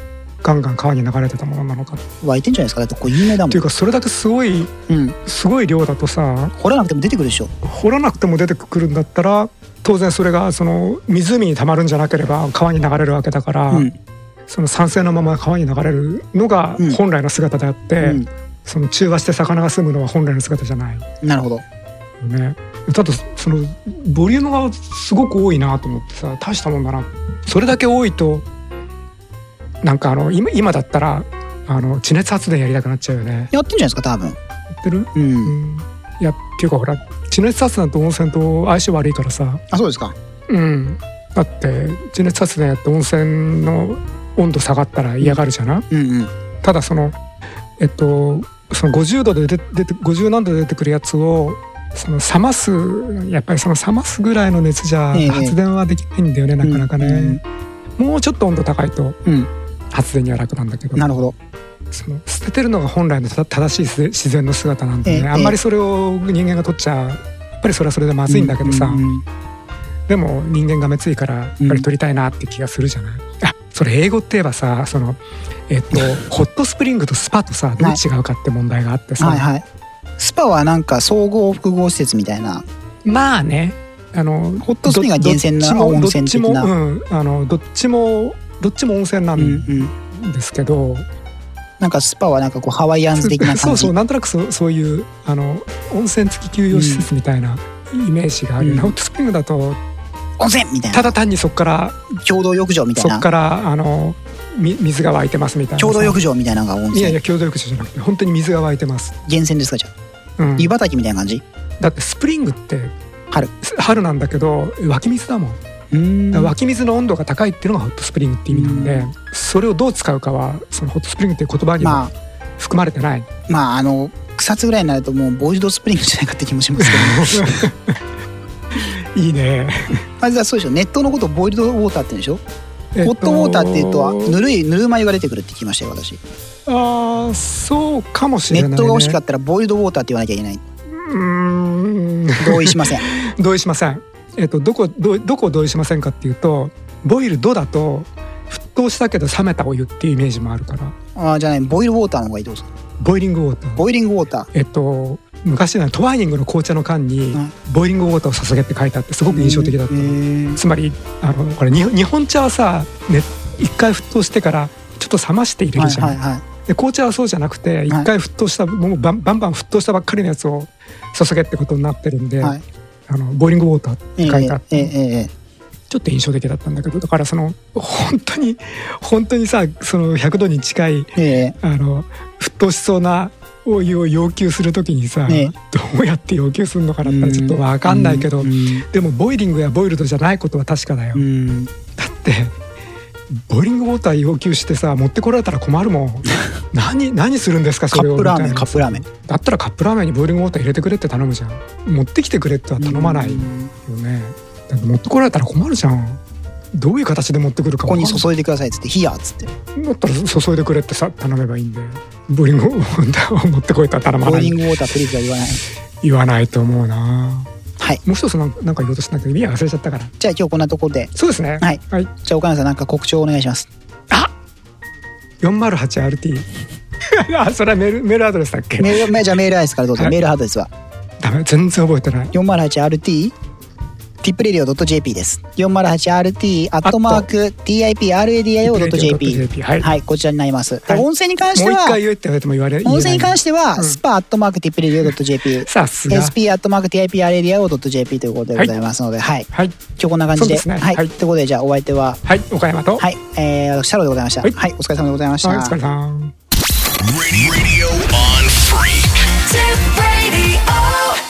Speaker 4: ガンガン川に流れてたものなのかっ
Speaker 3: 湧いてんじゃないですかだってここ有名だも
Speaker 4: ていうんかそれだけすごい
Speaker 3: うん
Speaker 4: すごい量だとさ
Speaker 3: 掘らなくても出てくるでしょ
Speaker 4: 掘らなくても出てくるんだったら当然それがその湖に溜まるんじゃなければ川に流れるわけだから、
Speaker 3: うん
Speaker 4: その酸性のまま川に流れるのが
Speaker 3: うん
Speaker 4: 本来の姿であって、
Speaker 3: うん
Speaker 4: その中和して魚が住むのは本来の姿じゃないよ
Speaker 3: なるほど
Speaker 4: ね。ただそのボリュームがすごく多いなと思ってさ大したもんだなそれだけ多いとなんかあの今今だったらあの地熱発電やりたくなっちゃうよね。
Speaker 3: やってんじゃないですか多分
Speaker 4: やってる、
Speaker 3: う
Speaker 4: うんん、いやっていうかほら地熱発電と温泉と相性悪いからさ、
Speaker 3: あそうですか
Speaker 4: うん、だって地熱発電やって温泉の温度下がったら嫌がるじゃない、
Speaker 3: うんうん
Speaker 4: ただそのえっとその50度で出て出て50何度で出てくるやつをその冷ますやっぱりその冷ますぐらいの熱じゃ
Speaker 3: ええ
Speaker 4: 発電はできないんだよね、なかなかね、もうちょっと温度高いと
Speaker 3: うん
Speaker 4: 発電には楽なんだけど
Speaker 3: なるほど
Speaker 4: その捨ててるのが本来のた正しい自自然の姿なんでね、
Speaker 3: ええ
Speaker 4: あんまりそれを人間が取っちゃやっぱりそれはそれでまずいんだけどさ、
Speaker 3: うんうんうん
Speaker 4: でも人間がめついからやっぱり取りたいなって気がするじゃない、あそれ英語って言えばさそのえっ とホットスプリングとスパとさどう違うかって問題があってさ、
Speaker 3: はいはいスパはなんか総合複合施設みたいな
Speaker 4: まあねあのホッ
Speaker 3: トスプリングは厳選な温泉的な
Speaker 4: どっちも,、うん、あのどっちもどっちも温泉な
Speaker 3: うん
Speaker 4: ん
Speaker 3: うん
Speaker 4: ですけど、
Speaker 3: なんかスパはなんかこうハワイアンズ的な感じ。
Speaker 4: そうそうなんとなくそうそういうあの温泉付き休養施設みたいなイメージがあるよね、
Speaker 3: うん
Speaker 4: ホットスプリングだと
Speaker 3: 温泉みたい
Speaker 4: た
Speaker 3: な。
Speaker 4: だ単にそこから
Speaker 3: 共同浴場みたい
Speaker 4: そこ
Speaker 3: な。
Speaker 4: からあのみ水が湧いてますみたいなさ
Speaker 3: 共同浴場みたいなのが温
Speaker 4: いやい
Speaker 3: 泉。
Speaker 4: や共同浴場じゃなくて本当に水が湧いてます、
Speaker 3: 源泉ですかじゃあ。
Speaker 4: うん
Speaker 3: 湯畑みたいな感じ。
Speaker 4: だってスプリングって
Speaker 3: 春
Speaker 4: す春なんだけど湧き水だもん、
Speaker 3: うん
Speaker 4: だから湧き水の温度が高いっていうのがホットスプリングって意味なんで、
Speaker 3: うん
Speaker 4: それをどう使うかはそのホットスプリングっていう言葉には
Speaker 3: まあ
Speaker 4: 含まれてない、
Speaker 3: まああの草津ぐらいになるともうボイルドスプリングじゃないかって気もしますけ
Speaker 4: いいね、
Speaker 3: ど。まずはそうでしょ。熱湯のことをボイルドウォーターって言うんでしょ。
Speaker 4: えっ
Speaker 3: ホ
Speaker 4: と
Speaker 3: ットウォーターっていうとぬるいぬるま湯が出てくるって聞きましたよ私。
Speaker 4: あーそうかもしれ
Speaker 3: 熱
Speaker 4: ない、
Speaker 3: 湯
Speaker 4: ね、
Speaker 3: が欲しかったらボイルドウォーターって言わなきゃいけない。
Speaker 4: うーん
Speaker 3: 同意しません。
Speaker 4: 同意しませんえっとどこどうどこを同意しませんかっていうとボイルドだと沸騰したけど冷めたお湯っていうイメージもあるから
Speaker 3: あーじゃあねボイルウォーターの方がいいどうぞ。
Speaker 4: ボイリングウォーター
Speaker 3: ボイリングウォーター。
Speaker 4: えっと昔のトワイニングの紅茶の缶に
Speaker 3: うん
Speaker 4: 「ボイリングウォーターを注げ」って書いてあってすごく印象的だった、
Speaker 3: へー
Speaker 4: つまりあのこれに日本茶はさ、ね、一回沸騰してからちょっと冷まして入れ
Speaker 3: は
Speaker 4: る
Speaker 3: い
Speaker 4: じゃん、
Speaker 3: はいはい。
Speaker 4: で紅茶はそうじゃなくて一回沸騰した、もうバンバンバン沸騰したばっかりのやつを注げってことになってるんで、
Speaker 3: はい
Speaker 4: あのボイリングウォーターって書いてあって、
Speaker 3: ええええええ
Speaker 4: ちょっと印象的だったんだけどだからその本当に本当にさその100度に近い
Speaker 3: ええ
Speaker 4: あの沸騰しそうなお湯を要求するときにさ、
Speaker 3: ね
Speaker 4: どうやって要求するのかなってちょっとわかんないけど、
Speaker 3: うん
Speaker 4: でもボイリングやボイルドじゃないことは確かだよ、
Speaker 3: うん
Speaker 4: だってボイリングウォーター要求してさ持ってこられたら困るもん何何するんですか
Speaker 3: カ
Speaker 4: それを
Speaker 3: ップラーメン
Speaker 4: みたいな
Speaker 3: カップラーメン
Speaker 4: だったらカップラーメンにボイリングウォーター入れてくれって頼むじゃん持ってきてくれっては頼まないよね、だって持ってこられたら困るじゃんどういう形で持ってくるか
Speaker 3: ここに
Speaker 4: い
Speaker 3: 注いでくださいっつって「ヒヤ」っつって
Speaker 4: だったら注いでくれってさ頼めばいいんでボイリングウォーターを持ってこいとは頼ま
Speaker 3: ボ
Speaker 4: な
Speaker 3: ーリン
Speaker 4: い
Speaker 3: グウォータープリーズは言わない
Speaker 4: 言わないと思うな
Speaker 3: はい
Speaker 4: もう一つなんかなんか言おうとしたんだけど意味忘れちゃったから
Speaker 3: じゃあ今日こんなところで
Speaker 4: そうですね
Speaker 3: はい
Speaker 4: はい、
Speaker 3: じゃあ岡野さんなんか告知をお願いします
Speaker 4: あ 408RT あそれはメー ルメールアドレスだっけ
Speaker 3: メールメじゃあメールアドレスからどうぞ、
Speaker 4: はい
Speaker 3: メールアドレスは
Speaker 4: ダメ全然覚えてない
Speaker 3: 408RT ティップレディオ .jp です。408RT アットマーク TIPRADIO.jp
Speaker 4: は
Speaker 3: はいいこちらになります。
Speaker 4: はい
Speaker 3: 温泉に関して
Speaker 4: もう一回
Speaker 3: は
Speaker 4: 言えって言われても言われ
Speaker 3: 温泉に関しては
Speaker 4: うん
Speaker 3: スパアットマークティップレディオ .jp
Speaker 4: さすが
Speaker 3: SP アットマーク TIPRADIO.jp ということでございますので、はい、今
Speaker 4: はい
Speaker 3: 日こんな感じで、
Speaker 4: そうですね
Speaker 3: はい、
Speaker 4: はい
Speaker 3: ということでじゃあお相手は
Speaker 4: はい岡山と、
Speaker 3: はい、えー、私シャロでございました。は、
Speaker 4: はいい
Speaker 3: お疲れ様でございました。
Speaker 4: はいお疲れさん
Speaker 1: Radio on Freak.
Speaker 2: Tip Radio.